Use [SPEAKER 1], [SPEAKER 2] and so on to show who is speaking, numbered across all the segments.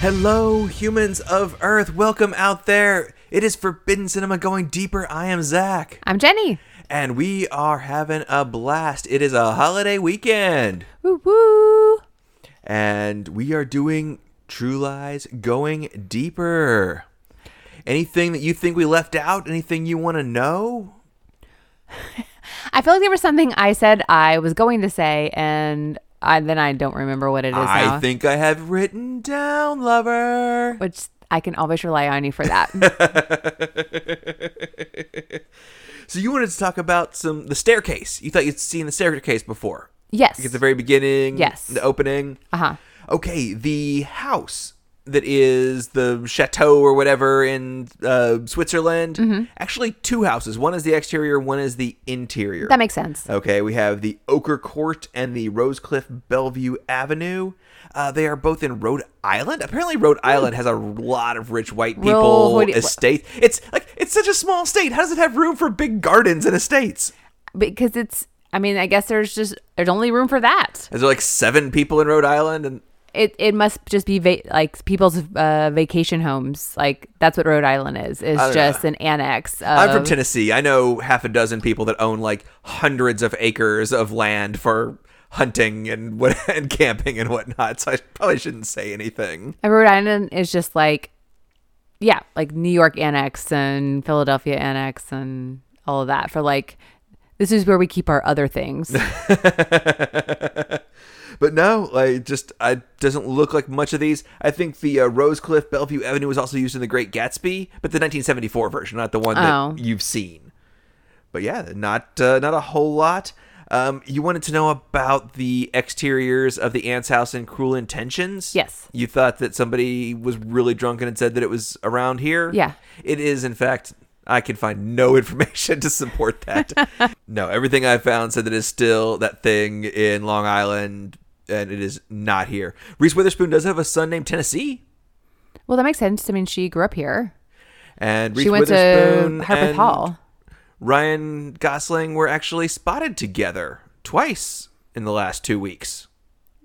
[SPEAKER 1] Hello, humans of Earth. Welcome out there. It is Forbidden Cinema going deeper. I am Zach,
[SPEAKER 2] I'm Jenny.
[SPEAKER 1] and we are having a blast. It is a holiday weekend,
[SPEAKER 2] Woo woo.
[SPEAKER 1] and we are doing True Lies going deeper. Anything that you think we left out? Anything you want to know?
[SPEAKER 2] I feel like there was something I said I was going to say, and I then I don't remember what it is
[SPEAKER 1] I
[SPEAKER 2] now.
[SPEAKER 1] think I have written down, lover.
[SPEAKER 2] which I can always rely on you for that.
[SPEAKER 1] So you wanted to talk about some the staircase. You thought you'd seen the staircase before.
[SPEAKER 2] yes.
[SPEAKER 1] Like at the very beginning.
[SPEAKER 2] Yes.
[SPEAKER 1] The opening.
[SPEAKER 2] uh huh.
[SPEAKER 1] Okay, the house that is the chateau or whatever in uh, Switzerland.
[SPEAKER 2] Mm-hmm.
[SPEAKER 1] Actually, two houses. One is the exterior, one is the interior.
[SPEAKER 2] That makes sense.
[SPEAKER 1] Okay, we have the Ochre Court and the Rosecliff Bellevue Avenue. Uh, they are both in Rhode Island. Apparently, Rhode Island has a lot of rich white people
[SPEAKER 2] Rhode-
[SPEAKER 1] estates. It's like it's such a small state. How does it have room for big gardens and estates?
[SPEAKER 2] Because it's. I mean, I guess there's just there's only room for that.
[SPEAKER 1] Is there like seven people in Rhode Island? And
[SPEAKER 2] It it must just be va- like people's uh, vacation homes. Like that's what Rhode Island is. Is
[SPEAKER 1] don't
[SPEAKER 2] just an annex. Of,
[SPEAKER 1] I'm from Tennessee. I know half a dozen people that own like hundreds of acres of land for hunting and what and camping and whatnot. So I probably shouldn't say anything.
[SPEAKER 2] And Rhode Island is just like, yeah, like New York annex and Philadelphia annex and all of that for like, this is where we keep our other things.
[SPEAKER 1] But no, like just I doesn't look like much of these. I think the uh, Rosecliff Bellevue Avenue was also used in The Great Gatsby, but the 1974 version, not the one that
[SPEAKER 2] Oh.
[SPEAKER 1] you've seen. But yeah, not uh, not a whole lot. Um, you wanted to know about the exteriors of the Aunt's house in Cruel Intentions.
[SPEAKER 2] Yes.
[SPEAKER 1] You thought that somebody was really drunk and had said that it was around here.
[SPEAKER 2] Yeah.
[SPEAKER 1] It is, in fact. I can find no information to support that. no, everything I found said that is still that thing in Long Island, and it is not here. Reese Witherspoon does have a son named Tennessee,
[SPEAKER 2] well, that makes sense. I mean, she grew up here.
[SPEAKER 1] and Reese
[SPEAKER 2] She went
[SPEAKER 1] Witherspoon
[SPEAKER 2] to Harpeth
[SPEAKER 1] and
[SPEAKER 2] Hall.
[SPEAKER 1] Ryan Gosling were actually spotted together twice in the last two weeks.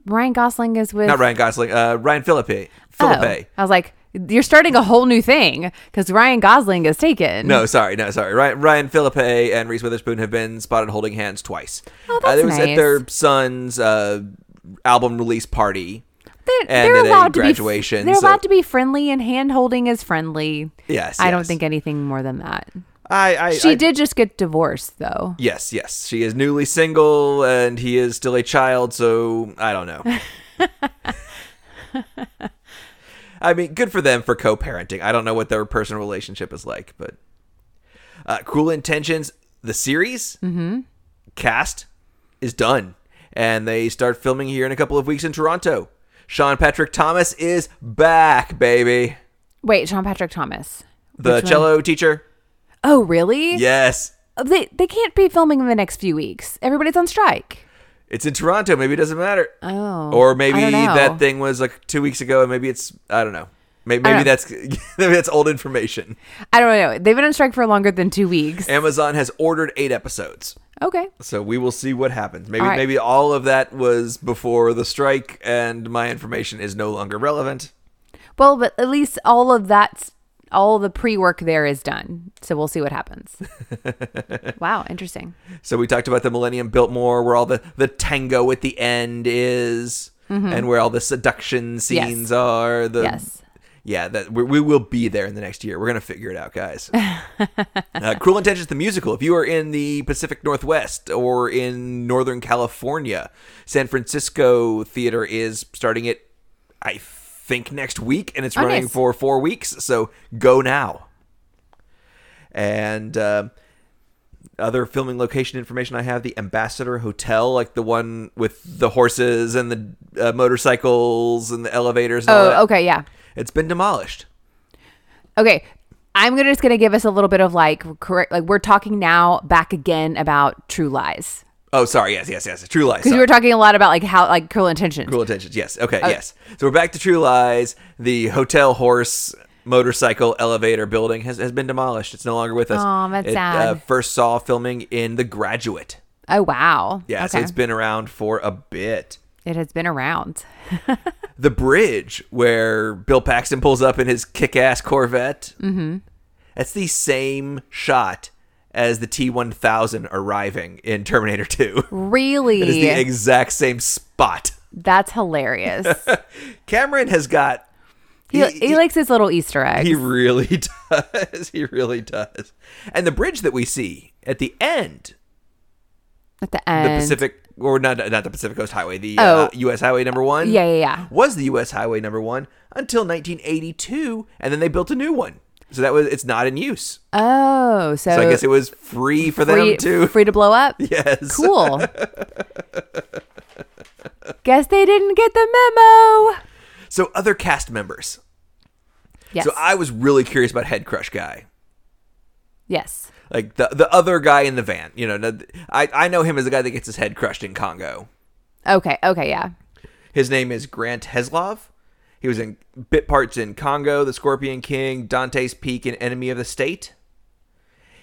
[SPEAKER 2] Ryan Gosling is with.
[SPEAKER 1] Not Ryan Gosling, uh, Ryan Philippe.
[SPEAKER 2] Oh.
[SPEAKER 1] Philippe.
[SPEAKER 2] I was like, you're starting a whole new thing because Ryan Gosling is taken.
[SPEAKER 1] No, sorry, no, sorry. Ryan, Ryan Philippe and Reese Witherspoon have been spotted holding hands twice.
[SPEAKER 2] Oh,
[SPEAKER 1] uh,
[SPEAKER 2] that's
[SPEAKER 1] it was at
[SPEAKER 2] nice.
[SPEAKER 1] their son's uh, album release party.
[SPEAKER 2] They're,
[SPEAKER 1] and
[SPEAKER 2] they're
[SPEAKER 1] at a
[SPEAKER 2] allowed to
[SPEAKER 1] graduation,
[SPEAKER 2] be. They're
[SPEAKER 1] so-
[SPEAKER 2] allowed to be friendly, and hand holding is friendly.
[SPEAKER 1] Yes,
[SPEAKER 2] I don't
[SPEAKER 1] yes.
[SPEAKER 2] think anything more than that.
[SPEAKER 1] I, I
[SPEAKER 2] She
[SPEAKER 1] I-
[SPEAKER 2] did just get divorced, though.
[SPEAKER 1] Yes, yes. She is newly single and he is still a child, so I don't know. I mean, good for them for co parenting. I don't know what their personal relationship is like, but. Uh, cool Intentions, the series, mm-hmm. cast is done. And they start filming here in a couple of weeks in Toronto. Sean Patrick Thomas is back, baby.
[SPEAKER 2] Wait, Sean Patrick Thomas.
[SPEAKER 1] The
[SPEAKER 2] Which one?
[SPEAKER 1] cello teacher.
[SPEAKER 2] Oh, really? Oh,
[SPEAKER 1] Yes.
[SPEAKER 2] They they can't be filming in the next few weeks. Everybody's on strike.
[SPEAKER 1] It's in Toronto. Maybe it doesn't matter.
[SPEAKER 2] Oh.
[SPEAKER 1] or maybe
[SPEAKER 2] I don't know.
[SPEAKER 1] that thing was like two weeks ago, and maybe it's I don't know. Maybe,
[SPEAKER 2] I
[SPEAKER 1] maybe
[SPEAKER 2] don't-
[SPEAKER 1] that's maybe that's old information.
[SPEAKER 2] I don't know. They've been on strike for longer than two weeks.
[SPEAKER 1] Amazon has ordered eight episodes,
[SPEAKER 2] Okay.
[SPEAKER 1] so we will see what happens. Maybe
[SPEAKER 2] All right.
[SPEAKER 1] maybe all of that was before the strike, and my information is no longer relevant.
[SPEAKER 2] Well, but at least all of that's all the pre work there is done. So we'll see what happens. wow, interesting.
[SPEAKER 1] So we talked about the Millennium Biltmore, where all the the tango at the end is, and where all the seduction scenes are. The
[SPEAKER 2] Mm-hmm. Yes.
[SPEAKER 1] yeah, that we, we will be there in the next year. We're gonna figure it out, guys. uh, Cruel Intentions, the musical. If you are in the Pacific Northwest or in Northern California, San Francisco theater is starting it. I think next week, and it's
[SPEAKER 2] Oh,
[SPEAKER 1] running
[SPEAKER 2] nice.
[SPEAKER 1] for four weeks. So go now. And um other filming location information I have the Ambassador Hotel, like the one with the horses and the uh, motorcycles and the elevators. And all that.
[SPEAKER 2] Oh, okay, yeah.
[SPEAKER 1] It's been demolished.
[SPEAKER 2] Okay. I'm gonna, just going to give us a little bit of like correct like we're talking now back again about true lies.
[SPEAKER 1] Oh, sorry. Yes, yes, yes. True Lies.
[SPEAKER 2] Cuz
[SPEAKER 1] sorry.
[SPEAKER 2] we were Oh. talking a lot about like how like cruel intentions.
[SPEAKER 1] Cruel Intentions. Yes. Okay. yes. So we're back to True Lies. The hotel horse motorcycle elevator building has, has been demolished. It's no longer with us.
[SPEAKER 2] Aw, that's
[SPEAKER 1] it, Uh,
[SPEAKER 2] sad.
[SPEAKER 1] first saw filming in The Graduate.
[SPEAKER 2] Oh wow.
[SPEAKER 1] Yes,
[SPEAKER 2] Okay.
[SPEAKER 1] it's been around for a bit.
[SPEAKER 2] It has been around.
[SPEAKER 1] the bridge where Bill Paxton pulls up in his kick-ass Corvette. Mm-hmm. That's the same shot as the T1000 arriving in Terminator 2. It is
[SPEAKER 2] Really?
[SPEAKER 1] the exact same spot.
[SPEAKER 2] That's hilarious.
[SPEAKER 1] Cameron has got.
[SPEAKER 2] he, he, likes his little Easter eggs.
[SPEAKER 1] He really does. He really does. And the bridge that we see at the end,
[SPEAKER 2] at the
[SPEAKER 1] the
[SPEAKER 2] end.
[SPEAKER 1] Pacific, or not not the Pacific Coast Highway, the uh,
[SPEAKER 2] Oh.
[SPEAKER 1] U.S. Highway Number One.
[SPEAKER 2] Yeah, yeah, yeah.
[SPEAKER 1] Was the U.S. Highway Number One until 1982, and then they built a new one. So that was it's not in use.
[SPEAKER 2] Oh, so,
[SPEAKER 1] So I guess it was free for
[SPEAKER 2] free,
[SPEAKER 1] them too.
[SPEAKER 2] free to blow up.
[SPEAKER 1] Yes.
[SPEAKER 2] Cool. guess they didn't get the memo.
[SPEAKER 1] So other cast members.
[SPEAKER 2] Yes.
[SPEAKER 1] So I was really curious about Head Crush guy.
[SPEAKER 2] yes.
[SPEAKER 1] Like the the other guy in the van, you know, the- I I know him as the guy that gets his head crushed in Congo.
[SPEAKER 2] Okay. Okay. Yeah.
[SPEAKER 1] His name is Grant Heslov. He was in bit parts in Congo, The Scorpion King, Dante's Peak, and Enemy of the State.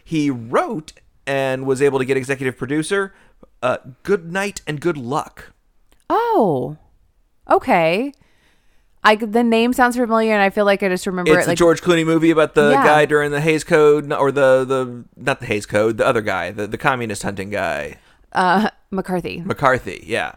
[SPEAKER 1] He wrote and was able to get executive producer uh, Good Night and Good Luck.
[SPEAKER 2] Oh. Okay. I the name sounds familiar, and I feel like I just remember
[SPEAKER 1] It's
[SPEAKER 2] it.
[SPEAKER 1] the
[SPEAKER 2] Like
[SPEAKER 1] George Clooney movie about the
[SPEAKER 2] Yeah.
[SPEAKER 1] guy during the Hayes Code, or the, the not the Hayes Code, the other guy, the, the communist hunting guy,
[SPEAKER 2] uh, McCarthy.
[SPEAKER 1] McCarthy. Yeah.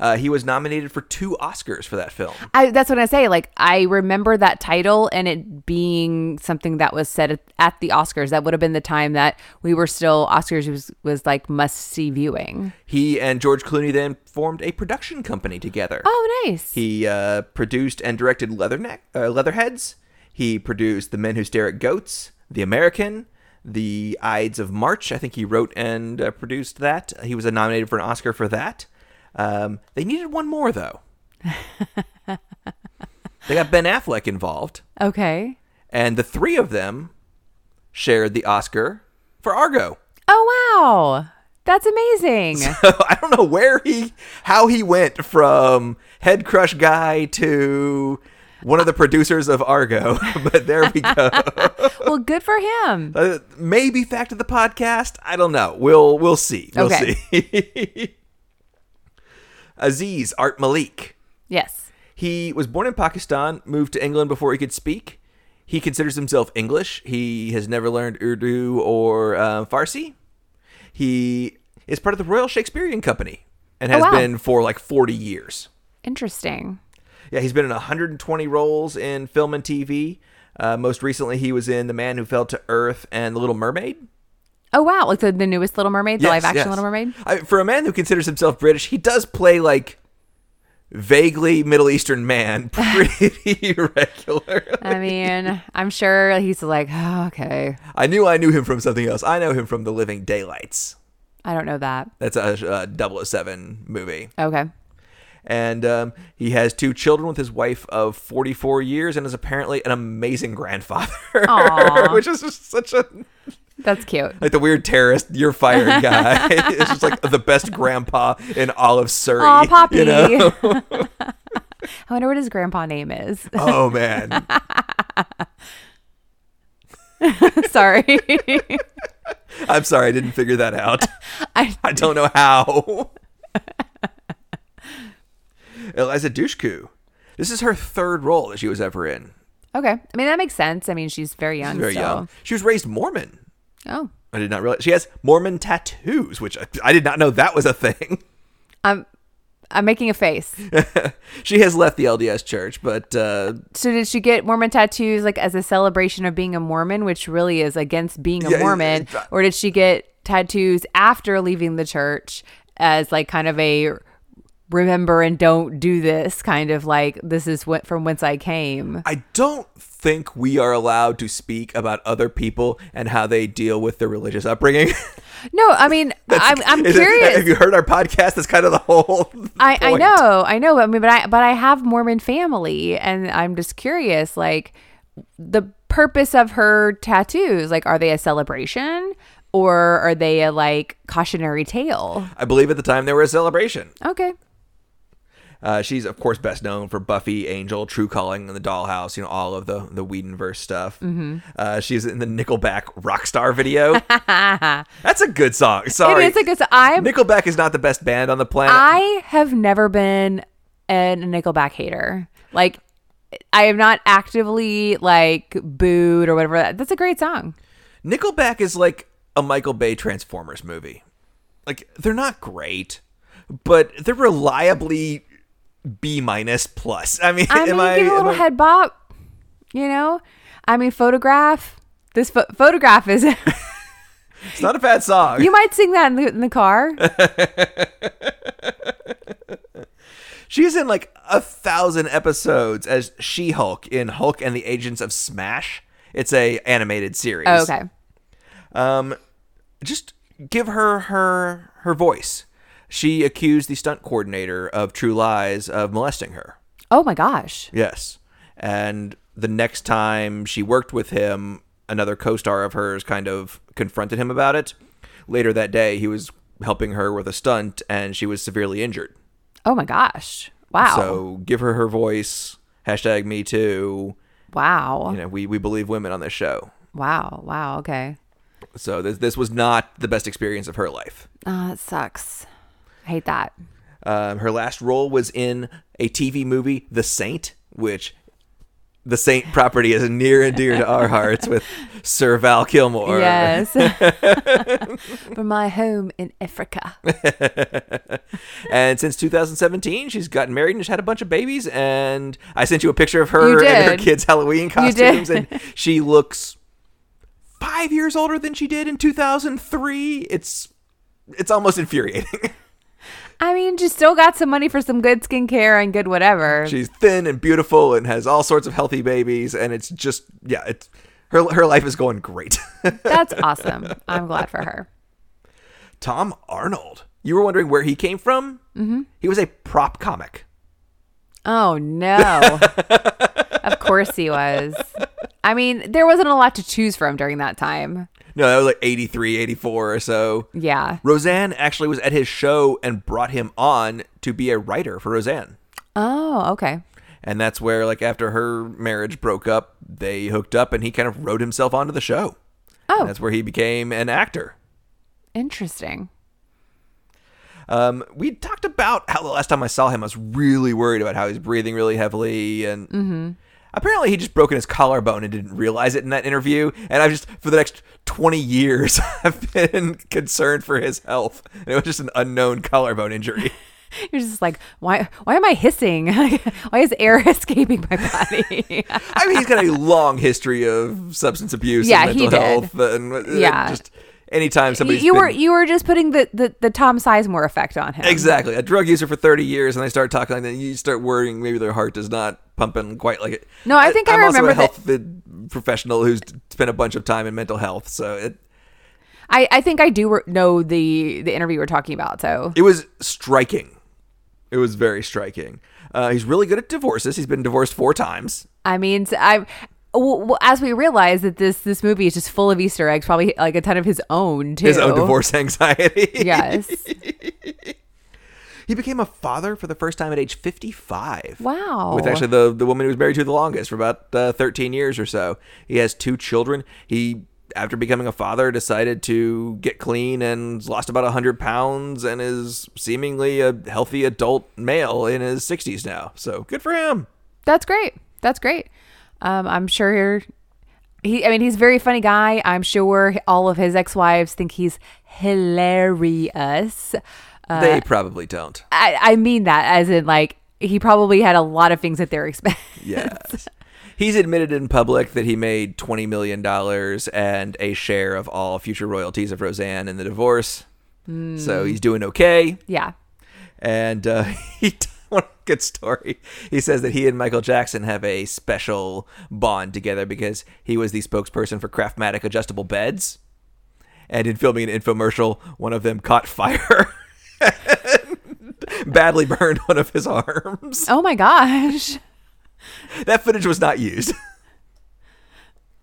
[SPEAKER 1] Uh, he was nominated for two Oscars for that film.
[SPEAKER 2] I, that's what I say. Like I remember that title and it being something that was said at, at the Oscars. That would have been the time that we were still Oscars was was like must see viewing.
[SPEAKER 1] He and George Clooney then formed a production company together.
[SPEAKER 2] Oh, nice.
[SPEAKER 1] He uh, produced and directed Leatherneck, uh, Leatherheads. He produced The Men Who Stare at Goats, The American, The Ides of March. I think he wrote and uh, produced that. He was nominated for an Oscar for that. Um, they needed one more though. they got Ben Affleck involved,
[SPEAKER 2] okay.
[SPEAKER 1] and the three of them shared the Oscar for Argo.
[SPEAKER 2] Oh wow, that's amazing.
[SPEAKER 1] I don't know where he, how he went from head crush guy to one of the producers of Argo, but there we go.
[SPEAKER 2] well, good for him.
[SPEAKER 1] Uh, maybe fact of the podcast. I don't know. We'll we'll see. We'll
[SPEAKER 2] Okay.
[SPEAKER 1] see. Aziz Art Malik.
[SPEAKER 2] Yes.
[SPEAKER 1] He was born in Pakistan, moved to England before he could speak. He considers himself English. He has never learned Urdu or uh, Farsi. He is part of the Royal Shakespearean Company and has
[SPEAKER 2] Oh, wow.
[SPEAKER 1] been for like 40 years.
[SPEAKER 2] Interesting.
[SPEAKER 1] Yeah, he's been in 120 roles in film and TV. Uh, most recently, he was in The Man Who Fell to Earth and The Little Mermaid.
[SPEAKER 2] Oh wow, like the, the newest Little Mermaid, the
[SPEAKER 1] Yes,
[SPEAKER 2] live action
[SPEAKER 1] yes.
[SPEAKER 2] Little Mermaid.
[SPEAKER 1] I, for a man who considers himself British, he does play like vaguely Middle Eastern man pretty regularly.
[SPEAKER 2] I mean, I'm sure he's like, "Oh, okay,
[SPEAKER 1] I knew I knew him from something else. I know him from The Living Daylights.
[SPEAKER 2] I don't know that.
[SPEAKER 1] That's a, a 007 movie.
[SPEAKER 2] Okay,
[SPEAKER 1] And um, he has two children with his wife of 44 years and is apparently an amazing grandfather.
[SPEAKER 2] Aw.
[SPEAKER 1] Which is just such a,
[SPEAKER 2] that's cute.
[SPEAKER 1] like the weird terrorist, you're fired guy. it's just like the best grandpa in all of Surrey.
[SPEAKER 2] Aw, Poppy.
[SPEAKER 1] you know?
[SPEAKER 2] I wonder what his grandpa name is.
[SPEAKER 1] Oh, man.
[SPEAKER 2] Sorry,
[SPEAKER 1] I'm sorry, I didn't figure that out.
[SPEAKER 2] I,
[SPEAKER 1] I don't know how. Eliza Dushku. This is her third role that she was ever in.
[SPEAKER 2] okay. I mean, that makes sense. I mean, she's very young.
[SPEAKER 1] She's very
[SPEAKER 2] so.
[SPEAKER 1] young. She was raised Mormon.
[SPEAKER 2] Oh,
[SPEAKER 1] I did not realize she has Mormon tattoos, which I, I did not know that was a thing.
[SPEAKER 2] I'm I'm making a face.
[SPEAKER 1] she has left the LDS church, but uh,
[SPEAKER 2] So did she get Mormon tattoos like as a celebration of being a Mormon, which really is against being a
[SPEAKER 1] Yeah, it-
[SPEAKER 2] Mormon,
[SPEAKER 1] it-
[SPEAKER 2] or did she get tattoos after leaving the church as like kind of a remember and don't do this kind of like this is what from whence I came.
[SPEAKER 1] I don't think we are allowed to speak about other people and how they deal with their religious upbringing.
[SPEAKER 2] No, I mean I'm I'm
[SPEAKER 1] Is it-
[SPEAKER 2] curious.
[SPEAKER 1] have you heard our podcast? That's kind of the whole.
[SPEAKER 2] I, I
[SPEAKER 1] point.
[SPEAKER 2] know, I know. but I mean, but I but I have Mormon family, and I'm just curious, like the purpose of her tattoos. Like, are they a celebration or are they a like cautionary tale?
[SPEAKER 1] I believe at the time they were a celebration.
[SPEAKER 2] Okay,
[SPEAKER 1] Uh, she's of course best known for Buffy, Angel, True Calling, and The Dollhouse. You know all of the the Whedonverse stuff. Mm-hmm. Uh, she's in the Nickelback Rockstar video. That's a good song. Sorry,
[SPEAKER 2] It is a good. Uh, I
[SPEAKER 1] Nickelback is not the best band on the planet.
[SPEAKER 2] I have never been a Nickelback hater. Like, I have not actively like booed or whatever. That's a great song.
[SPEAKER 1] Nickelback is like a Michael Bay Transformers movie. Like they're not great, but they're reliably B minus plus. I mean,
[SPEAKER 2] I mean,
[SPEAKER 1] am I,
[SPEAKER 2] give it a
[SPEAKER 1] am
[SPEAKER 2] little
[SPEAKER 1] I-
[SPEAKER 2] head bop. You know, I mean, photograph. This pho- photograph is.
[SPEAKER 1] it's not a bad song.
[SPEAKER 2] you might sing that in the, in the car.
[SPEAKER 1] She's in like a thousand episodes as She Hulk in Hulk and the Agents of Smash. It's a animated series.
[SPEAKER 2] Oh, okay.
[SPEAKER 1] Um, just give her her her voice. She accused the stunt coordinator of True Lies of molesting her.
[SPEAKER 2] Oh my gosh.
[SPEAKER 1] Yes. And the next time she worked with him, another co star of hers kind of confronted him about it. Later that day, he was helping her with a stunt and she was severely injured.
[SPEAKER 2] Oh my gosh. Wow.
[SPEAKER 1] So give her her voice. Hashtag me too.
[SPEAKER 2] wow.
[SPEAKER 1] You know, we, we believe women on this show.
[SPEAKER 2] wow. Wow. Okay.
[SPEAKER 1] So this, this was not the best experience of her life.
[SPEAKER 2] Oh, that sucks. I hate that.
[SPEAKER 1] Um, her last role was in a TV movie, The Saint, which the Saint property is near and dear to our hearts with Sir Val Kilmore.
[SPEAKER 2] yes. From my home in Africa.
[SPEAKER 1] And since 2017, she's gotten married and has had a bunch of babies. And I sent you a picture of her
[SPEAKER 2] You
[SPEAKER 1] and her
[SPEAKER 2] did.
[SPEAKER 1] kids' Halloween
[SPEAKER 2] did.
[SPEAKER 1] costumes, and she looks five years older than she did in 2003. It's it's almost infuriating.
[SPEAKER 2] I mean, she still got some money for some good skincare and good whatever.
[SPEAKER 1] she's thin and beautiful and has all sorts of healthy babies, and it's just yeah, it's her her life is going great.
[SPEAKER 2] That's awesome. I'm glad for her.
[SPEAKER 1] Tom Arnold. You were wondering where he came from? Mm-hmm. He was a prop comic.
[SPEAKER 2] Oh no. of course he was. I mean, there wasn't a lot to choose from during that time.
[SPEAKER 1] No, that was like 83, 84 or so.
[SPEAKER 2] Yeah.
[SPEAKER 1] Roseanne actually was at his show and brought him on to be a writer for Roseanne.
[SPEAKER 2] Oh, okay.
[SPEAKER 1] And that's where, like, after her marriage broke up, they hooked up and he kind of wrote himself onto the show.
[SPEAKER 2] Oh.
[SPEAKER 1] And that's where he became an actor.
[SPEAKER 2] Interesting.
[SPEAKER 1] Um, we talked about how the last time I saw him, I was really worried about how he's breathing really heavily, and
[SPEAKER 2] Mm-hmm.
[SPEAKER 1] apparently he just broken his collarbone and didn't realize it in that interview. And I've just for the next twenty years, I've been concerned for his health. And it was just an unknown collarbone injury.
[SPEAKER 2] You're just like, why why am I hissing? why is air escaping my body?
[SPEAKER 1] I mean, he's got a long history of substance abuse,
[SPEAKER 2] Yeah,
[SPEAKER 1] and
[SPEAKER 2] he
[SPEAKER 1] mental
[SPEAKER 2] did.
[SPEAKER 1] health, and uh,
[SPEAKER 2] Yeah.
[SPEAKER 1] just anytime
[SPEAKER 2] you
[SPEAKER 1] somebody
[SPEAKER 2] you were you were just putting the, the, the Tom Sizemore effect on him.
[SPEAKER 1] Exactly. A drug user for 30 years and they start talking like that. You start worrying maybe their heart is not pumping quite like it.
[SPEAKER 2] No, I think I
[SPEAKER 1] I'm also a
[SPEAKER 2] remember
[SPEAKER 1] health professional who's spent a bunch of time in mental health. So it,
[SPEAKER 2] I, I think I do re- know the the interview we're talking about. So
[SPEAKER 1] it was striking. It was very striking. Uh, he's really good at divorces. He's been divorced four times.
[SPEAKER 2] I mean, s- I w- w- as we realize that this this movie is just full of Easter eggs, probably like a ton of his own too.
[SPEAKER 1] His own divorce anxiety.
[SPEAKER 2] Yes.
[SPEAKER 1] He became a father for the first time at age 55.
[SPEAKER 2] Wow.
[SPEAKER 1] With actually the, the woman he was married to the longest for about uh, 13 years or so. He has two children. He, after becoming a father, decided to get clean and lost about 100 pounds and is seemingly a healthy adult male in his 60s now. So good for him.
[SPEAKER 2] That's great. That's great. Um, I'm sure you're- he. I mean, he's a very funny guy. I'm sure all of his ex wives think he's hilarious. Uh,
[SPEAKER 1] they probably don't.
[SPEAKER 2] I, I mean that as in like he probably had a lot of things at their expense.
[SPEAKER 1] Yes. He's admitted in public that he made $20 million and a share of all future royalties of Roseanne in the divorce. So he's doing okay.
[SPEAKER 2] yeah.
[SPEAKER 1] And uh, he t- one good story. He says that he and Michael Jackson have a special bond together because he was the spokesperson for Craftmatic adjustable beds. And in filming an infomercial, one of them caught fire and badly burned one of his arms.
[SPEAKER 2] Oh my gosh.
[SPEAKER 1] That footage was not used.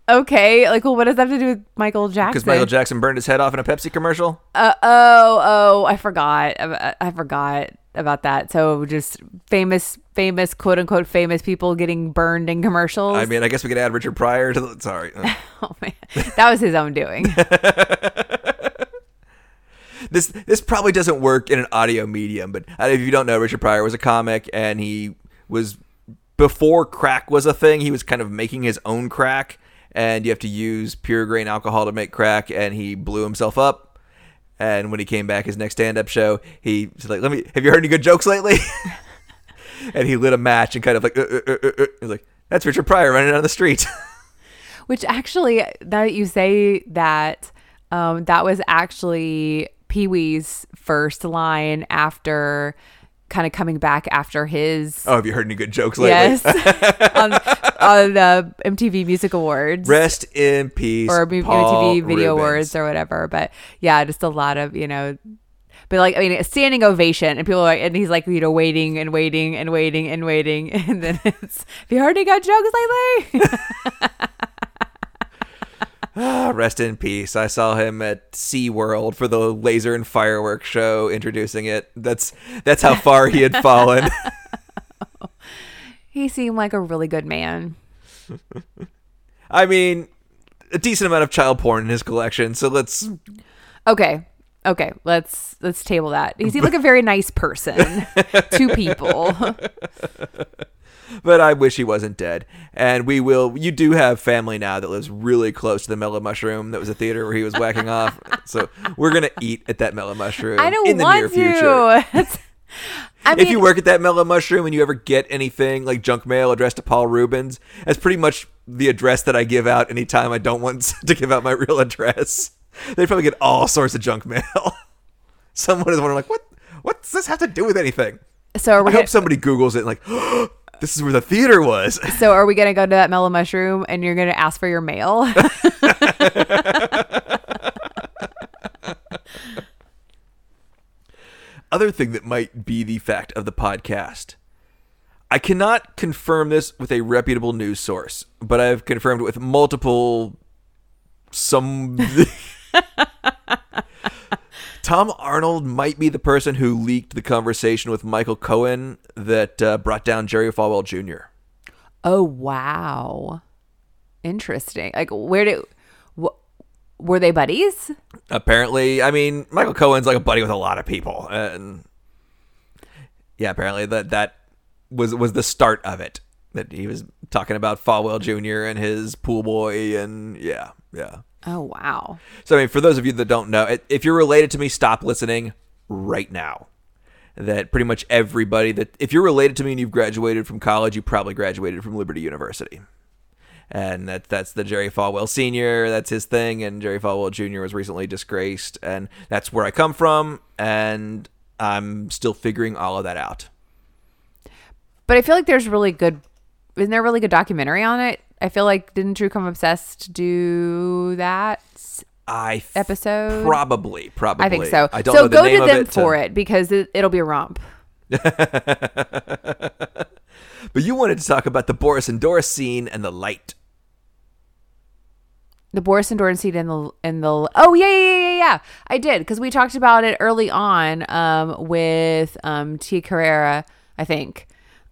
[SPEAKER 2] Okay. Like, well, what does that have to do with Michael Jackson?
[SPEAKER 1] Because Michael Jackson burned his head off in a Pepsi commercial.
[SPEAKER 2] Uh, oh, oh, I forgot. I, I- I forgot. about that. So just famous, famous, quote unquote, famous people getting burned in commercials.
[SPEAKER 1] I mean, I guess we could add Richard Pryor to the. Sorry. Uh,
[SPEAKER 2] oh man, that was his own doing.
[SPEAKER 1] this this probably doesn't work in an audio medium, but uh, if you don't know, Richard Pryor was a comic, and he was before crack was a thing. He was kind of making his own crack, and you have to use pure grain alcohol to make crack. And he blew himself up. And when he came back, his next stand-up show, he was like, "Let me. Have you heard any good jokes lately?" and he lit a match and kind of like, uh, uh, uh, uh, uh. He was like, "That's Richard Pryor running down the street."
[SPEAKER 2] Which actually, now that you say that, um, that was actually Pee Wee's first line after kind of coming back after his.
[SPEAKER 1] oh, have you heard any good jokes lately?
[SPEAKER 2] Yes, on, on the MTV Music Awards
[SPEAKER 1] Rest in peace,
[SPEAKER 2] or maybe
[SPEAKER 1] Paul
[SPEAKER 2] MTV Video
[SPEAKER 1] Rubens.
[SPEAKER 2] Awards or whatever. But yeah, just a lot of you know, but like I mean, a standing ovation, and people are, and he's like you know waiting and waiting and waiting and waiting, and then it's have you heard any good jokes lately?
[SPEAKER 1] Ah, rest in peace. I saw him at SeaWorld for the laser and fireworks show introducing it. That's that's how far he had fallen.
[SPEAKER 2] he seemed like a really good man.
[SPEAKER 1] I mean, a decent amount of child porn in his collection, so let's
[SPEAKER 2] Okay. Okay, let's let's table that. He seemed like a very nice person to people.
[SPEAKER 1] but I wish he wasn't dead. And we will you do have family now that lives really close to the mellow mushroom that was a theater where he was whacking off. So we're gonna eat at that mellow mushroom
[SPEAKER 2] I don't
[SPEAKER 1] in the near
[SPEAKER 2] want
[SPEAKER 1] future.
[SPEAKER 2] to. That's- I mean,
[SPEAKER 1] if you work at that mellow mushroom and you ever get anything like junk mail addressed to Paul Rubens, that's pretty much the address that I give out anytime I don't want to give out my real address. They probably get all sorts of junk mail. Someone is wondering like, what? What's this have to do with anything?
[SPEAKER 2] so are
[SPEAKER 1] I
[SPEAKER 2] we
[SPEAKER 1] hope
[SPEAKER 2] gonna,
[SPEAKER 1] somebody Google's it and like, this is where the theater was.
[SPEAKER 2] so are we going to go to that mellow mushroom and you're going to ask for your mail?
[SPEAKER 1] Other thing that might be the fact of the podcast. I cannot confirm this with a reputable news source, but I've confirmed it with multiple some Tom Arnold might be the person who leaked the conversation with Michael Cohen that uh, brought down Jerry Falwell Jr.
[SPEAKER 2] oh wow, interesting. Like where did wh- were they buddies?
[SPEAKER 1] Apparently, I mean, Michael Cohen's like a buddy with a lot of people, and yeah, apparently that that was was the start of it. That he was talking about Falwell Jr. and his pool boy, and yeah, yeah.
[SPEAKER 2] Oh wow,
[SPEAKER 1] So I mean, for those of you that don't know, i- if you're related to me, stop listening right now. That pretty much everybody that if you're related to me and you've graduated from college, you probably graduated from Liberty University. And that that's the Jerry Falwell Senior, that's his thing, and Jerry Falwell Jr. was recently disgraced, and that's where I come from, and I'm still figuring all of that out.
[SPEAKER 2] but I feel like there's really good. Isn't there a really good documentary on it? I feel like didn't Drew come obsessed do that
[SPEAKER 1] I th-
[SPEAKER 2] episode?
[SPEAKER 1] probably, probably.
[SPEAKER 2] I think so.
[SPEAKER 1] I don't
[SPEAKER 2] so
[SPEAKER 1] know the
[SPEAKER 2] go
[SPEAKER 1] name
[SPEAKER 2] to
[SPEAKER 1] of
[SPEAKER 2] them
[SPEAKER 1] it,
[SPEAKER 2] for
[SPEAKER 1] uh,
[SPEAKER 2] it because it, it'll be a romp.
[SPEAKER 1] But you wanted to talk about the Boris and Doris scene and the light.
[SPEAKER 2] The Boris and Doran seat in the in the oh yeah yeah yeah yeah yeah I did because we talked about it early on um, with um, T Carrera I think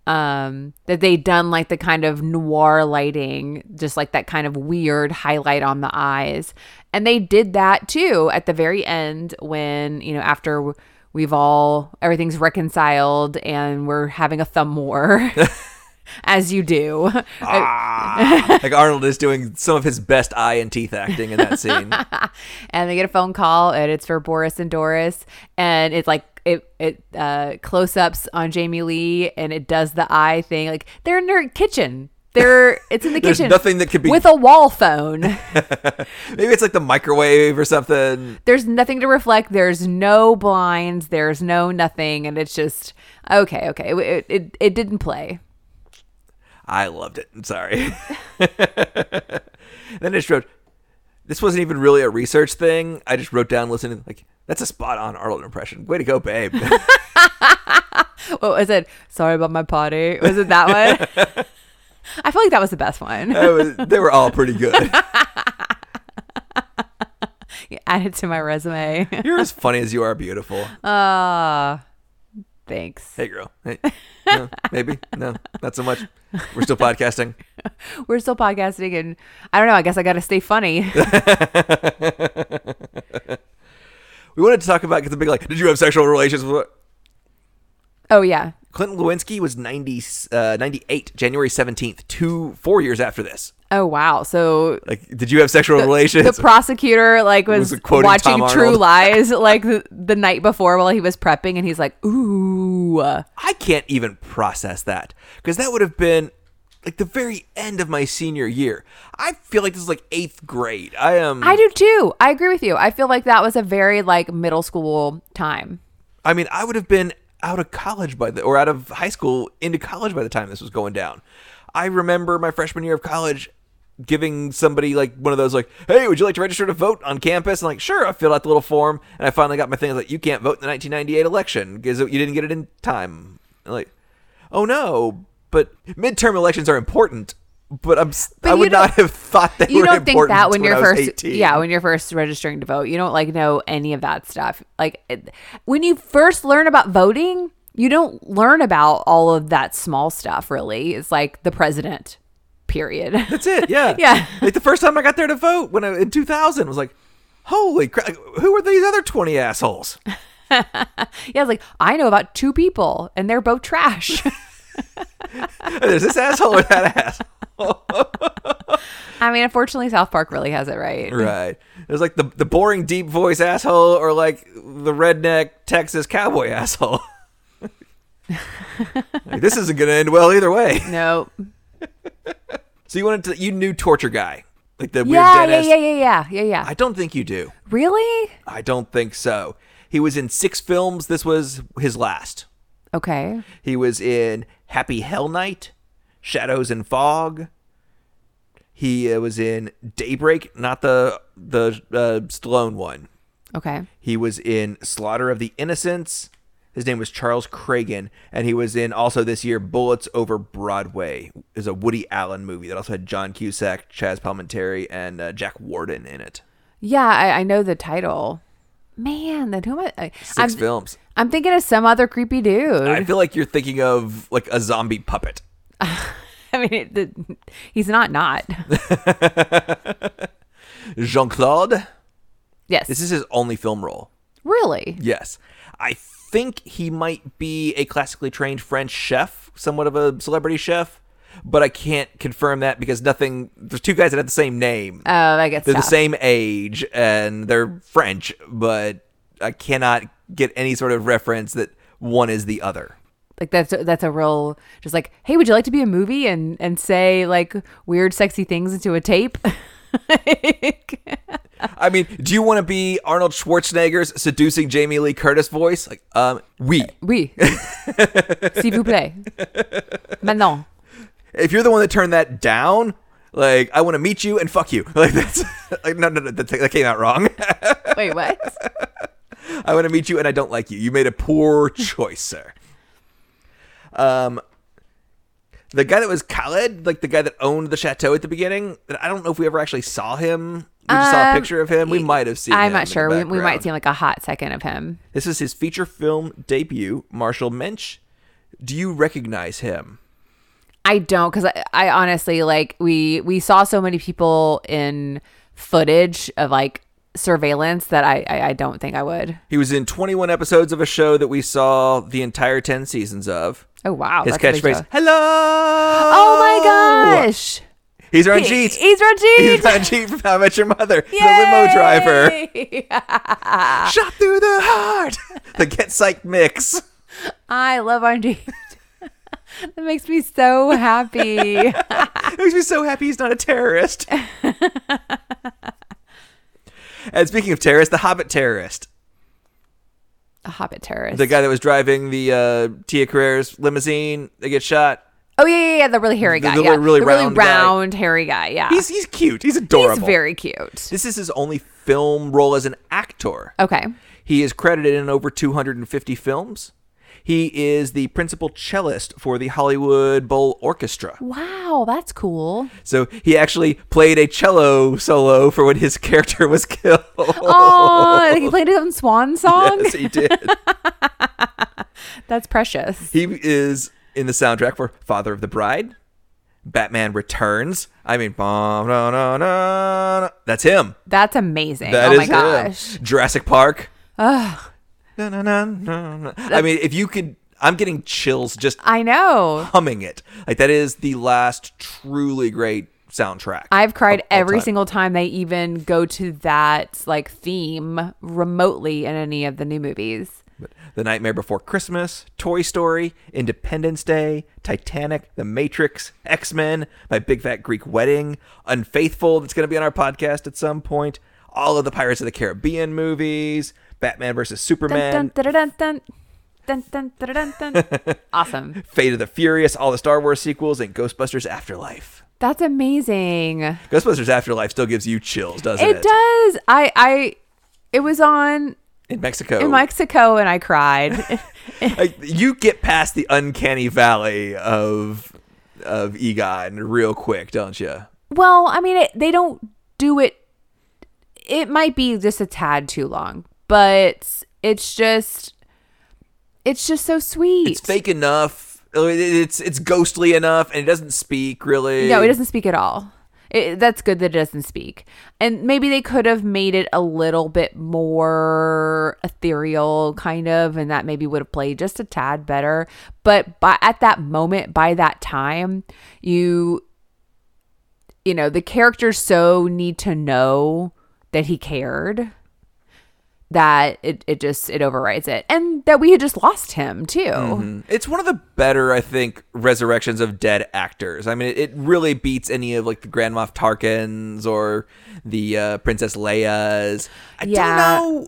[SPEAKER 2] um, that they'd done like the kind of noir lighting just like that kind of weird highlight on the eyes and they did that too at the very end when you know after we've all everything's reconciled and we're having a thumb war as you do
[SPEAKER 1] Ah. like Arnold is doing some of his best eye and teeth acting in that scene.
[SPEAKER 2] and they get a phone call and it's for Boris and Doris and it's like it it uh close ups on Jamie Lee and it does the eye thing like they're in their kitchen they're it's in the
[SPEAKER 1] There's
[SPEAKER 2] kitchen
[SPEAKER 1] nothing that could be-
[SPEAKER 2] with a wall phone
[SPEAKER 1] Maybe it's like the microwave or something.
[SPEAKER 2] there's nothing to reflect there's no blinds there's no nothing and it's just okay okay it it, it didn't play
[SPEAKER 1] I loved it. I'm sorry. then I just wrote, this wasn't even really a research thing. I just wrote down listening, like, that's a spot on Arnold impression. Way to go, babe.
[SPEAKER 2] what was it sorry about my potty was it that one I feel like that was the best one
[SPEAKER 1] That was- they were all pretty good.
[SPEAKER 2] add it to my resume Uh.
[SPEAKER 1] You're as funny as you are beautiful.
[SPEAKER 2] Ah, Thanks.
[SPEAKER 1] Hey, girl. Hey. No, maybe. No, not so much. We're still podcasting.
[SPEAKER 2] We're still podcasting, and I don't know. I guess I got to stay funny.
[SPEAKER 1] We wanted to talk about, because the big, like, did you have sexual relations with.
[SPEAKER 2] oh yeah,
[SPEAKER 1] Clinton Lewinsky was 90, uh, 98, January 17th, two, four years after this.
[SPEAKER 2] Oh wow! So
[SPEAKER 1] Like, did you have sexual relations?
[SPEAKER 2] the prosecutor like was,
[SPEAKER 1] Was quoting
[SPEAKER 2] watching
[SPEAKER 1] Tom
[SPEAKER 2] True
[SPEAKER 1] Arnold.
[SPEAKER 2] Lies like the, the night before while he was prepping, and he's like, "Ooh,
[SPEAKER 1] I can't even process that because that would have been like the very end of my senior year. I feel like this is like eighth grade. I am.
[SPEAKER 2] I
[SPEAKER 1] I,
[SPEAKER 2] do too." I agree with you. I feel like that was a very like middle school time.
[SPEAKER 1] mean, I would have been out of college by the or out of high school into college by the time this was going down. I remember my freshman year of college giving somebody like one of those like, "Hey, would you like to register to vote on campus?" And like, "Sure." I filled out the little form, and I finally got my thing like, "You can't vote in the 1998 election because you didn't get it in time." And like, "Oh no!" But midterm elections are important. But I'm s I
[SPEAKER 2] you
[SPEAKER 1] would not have thought that
[SPEAKER 2] You
[SPEAKER 1] were
[SPEAKER 2] don't think
[SPEAKER 1] important
[SPEAKER 2] that when,
[SPEAKER 1] I
[SPEAKER 2] you're
[SPEAKER 1] was
[SPEAKER 2] first,
[SPEAKER 1] 18.
[SPEAKER 2] yeah, when you're first registering to vote, you don't like know any of that stuff. Like it, when you first learn about voting, you don't learn about all of that small stuff. Really, it's like the president. Period.
[SPEAKER 1] That's it. Yeah.
[SPEAKER 2] Yeah.
[SPEAKER 1] Like the first time I got there to vote when I, in 2000 I was like, holy crap, who are these other 20 assholes?
[SPEAKER 2] yeah, it's like I know about two people, and they're both trash.
[SPEAKER 1] There's this asshole or that asshole.
[SPEAKER 2] I mean, unfortunately, South Park really has it right.
[SPEAKER 1] Right. There's like the, the boring deep voice asshole or like the redneck Texas cowboy asshole. Like, this isn't going to end well either way.
[SPEAKER 2] No.
[SPEAKER 1] So you wanted to, you knew Torture Guy. Like the
[SPEAKER 2] Yeah,
[SPEAKER 1] weird
[SPEAKER 2] yeah,
[SPEAKER 1] dentist.
[SPEAKER 2] yeah, yeah, yeah, yeah, yeah.
[SPEAKER 1] I don't think you do.
[SPEAKER 2] Really?
[SPEAKER 1] I don't think so. He was in six films. This was his last.
[SPEAKER 2] Okay.
[SPEAKER 1] He was in Happy Hell Night, Shadows and Fog. He uh, was in Daybreak, not the the uh, Stallone one.
[SPEAKER 2] Okay.
[SPEAKER 1] He was in Slaughter of the Innocents. His name was Charles Cragen, and he was in also this year Bullets Over Broadway is a Woody Allen movie that also had John Cusack, Chaz Palminteri, and uh, Jack Warden in it.
[SPEAKER 2] Yeah, I, I know the title. Man, then who am I? I
[SPEAKER 1] 6
[SPEAKER 2] I'm,
[SPEAKER 1] films.
[SPEAKER 2] I'm thinking of some other creepy dude.
[SPEAKER 1] I
[SPEAKER 2] I,
[SPEAKER 1] feel like you're thinking of like a zombie puppet.
[SPEAKER 2] mean, it, the, he's not not.
[SPEAKER 1] Jean Claude.
[SPEAKER 2] Yes.
[SPEAKER 1] This is his only film role.
[SPEAKER 2] really?
[SPEAKER 1] Yes. I think he might be a classically trained French chef, somewhat of a celebrity chef, but I can't confirm that because nothing. There's two guys that have the same name.
[SPEAKER 2] Oh, I get
[SPEAKER 1] they're the
[SPEAKER 2] stuff.
[SPEAKER 1] same age and they're French, but I cannot get any sort of reference that one is the other.
[SPEAKER 2] Like that's that's a real just like, hey, would you like to be a movie and and say like weird, sexy things into a tape?
[SPEAKER 1] I mean, do you want to be Arnold Schwarzenegger's seducing Jamie Lee Curtis voice? Like, um, we.
[SPEAKER 2] Oui. S'il vous plaît. Maintenant.
[SPEAKER 1] if you're the one that turned that down, like I want to meet you and fuck you. Like that's like no no no that, that came out wrong.
[SPEAKER 2] Wait, what?
[SPEAKER 1] I want to meet you and I don't like you. You made a poor choice, sir. Um the guy that was Khaled, like the guy that owned the chateau at the beginning, I don't know if we ever actually saw him. We just saw a
[SPEAKER 2] Um,
[SPEAKER 1] picture of him. We might have seen
[SPEAKER 2] I'm
[SPEAKER 1] him in
[SPEAKER 2] not
[SPEAKER 1] the
[SPEAKER 2] sure. We, we might
[SPEAKER 1] background.
[SPEAKER 2] see like a hot second of him.
[SPEAKER 1] This is his feature film debut, Marshall Mensch. Do you recognize him?
[SPEAKER 2] I don't because I, I honestly like we we saw so many people in footage of like surveillance that I I, I don't think I would.
[SPEAKER 1] He was in 21 episodes of a show that we saw the entire 10 seasons of.
[SPEAKER 2] Oh wow,
[SPEAKER 1] His
[SPEAKER 2] that's a big
[SPEAKER 1] catchphrase,
[SPEAKER 2] show.
[SPEAKER 1] hello.
[SPEAKER 2] Oh my gosh,
[SPEAKER 1] He's Ron
[SPEAKER 2] He-
[SPEAKER 1] Jeet.
[SPEAKER 2] he's
[SPEAKER 1] He's
[SPEAKER 2] Rajit.
[SPEAKER 1] Ron Jeet from How I Met Your Mother, the limo driver. Shot through the heart. the Get Psych mix.
[SPEAKER 2] I love Rajit. that makes me so happy.
[SPEAKER 1] It makes me so happy he's not a terrorist. and speaking of terrorists, the Hobbit terrorist.
[SPEAKER 2] a hobbit terrorist.
[SPEAKER 1] The guy that was driving the uh, Tia Carrere's limousine, they get shot.
[SPEAKER 2] oh yeah, yeah, yeah, the really hairy
[SPEAKER 1] The-
[SPEAKER 2] guy.
[SPEAKER 1] the
[SPEAKER 2] yeah.
[SPEAKER 1] really
[SPEAKER 2] the
[SPEAKER 1] round
[SPEAKER 2] really
[SPEAKER 1] guy.
[SPEAKER 2] round hairy guy. Yeah,
[SPEAKER 1] He's, he's cute. He's
[SPEAKER 2] he's
[SPEAKER 1] adorable.
[SPEAKER 2] very cute.
[SPEAKER 1] This is his only film role as an actor.
[SPEAKER 2] Okay.
[SPEAKER 1] He is credited in over 250 films. He is the principal cellist for the Hollywood Bowl Orchestra.
[SPEAKER 2] Wow, that's cool.
[SPEAKER 1] So he actually played a cello solo for when his character was killed.
[SPEAKER 2] Oh, he played it on Swan Song.
[SPEAKER 1] yes, he did.
[SPEAKER 2] That's precious.
[SPEAKER 1] He is in the soundtrack for Father of the Bride, Batman Returns. I mean, bum, no, no, no, no. that's him.
[SPEAKER 2] That's amazing.
[SPEAKER 1] That
[SPEAKER 2] oh
[SPEAKER 1] is
[SPEAKER 2] my gosh.
[SPEAKER 1] him. Jurassic Park. No, no, no, no, no. I mean, if you could, I'm getting chills just
[SPEAKER 2] I know.
[SPEAKER 1] humming it. Like that is the last truly great soundtrack.
[SPEAKER 2] I've cried
[SPEAKER 1] all
[SPEAKER 2] every
[SPEAKER 1] time.
[SPEAKER 2] single time they even go to that like theme remotely in any of the new movies.
[SPEAKER 1] But the Nightmare Before Christmas, Toy Story, Independence Day, Titanic, The Matrix, X Men, My Big Fat Greek Wedding, Unfaithful, that's going to be on our podcast at some point, all of the Pirates of the Caribbean movies, Batman versus Superman,
[SPEAKER 2] Dun, dun, dun, dun, dun, dun, dun, dun, dun, dun. awesome.
[SPEAKER 1] Fate of the Furious, all the Star Wars sequels, and Ghostbusters Afterlife.
[SPEAKER 2] That's amazing.
[SPEAKER 1] Ghostbusters Afterlife still gives you chills, doesn't it?
[SPEAKER 2] It does. I I it was on
[SPEAKER 1] In Mexico.
[SPEAKER 2] in Mexico and I cried.
[SPEAKER 1] like, you get past the uncanny valley of of Egon real quick, don't you?
[SPEAKER 2] well, I mean, it, they don't do it. It might be just a tad too long, but it's just it's just so sweet.
[SPEAKER 1] It's fake enough. I mean, It's it's ghostly enough, and it doesn't speak really.
[SPEAKER 2] No, it doesn't speak at all. It, that's good that it doesn't speak. And maybe they could have made it a little bit more ethereal, kind of, and that maybe would have played just a tad better. But by, at that moment, by that time, you, you know, the characters so need to know that he cared that it, it just it overrides it and that we had just lost him too
[SPEAKER 1] It's one of the better, I think, resurrections of dead actors. I mean, it, it really beats any of like the Grand Moff Tarkins or the uh, Princess Leia's. I
[SPEAKER 2] Yeah.
[SPEAKER 1] don't know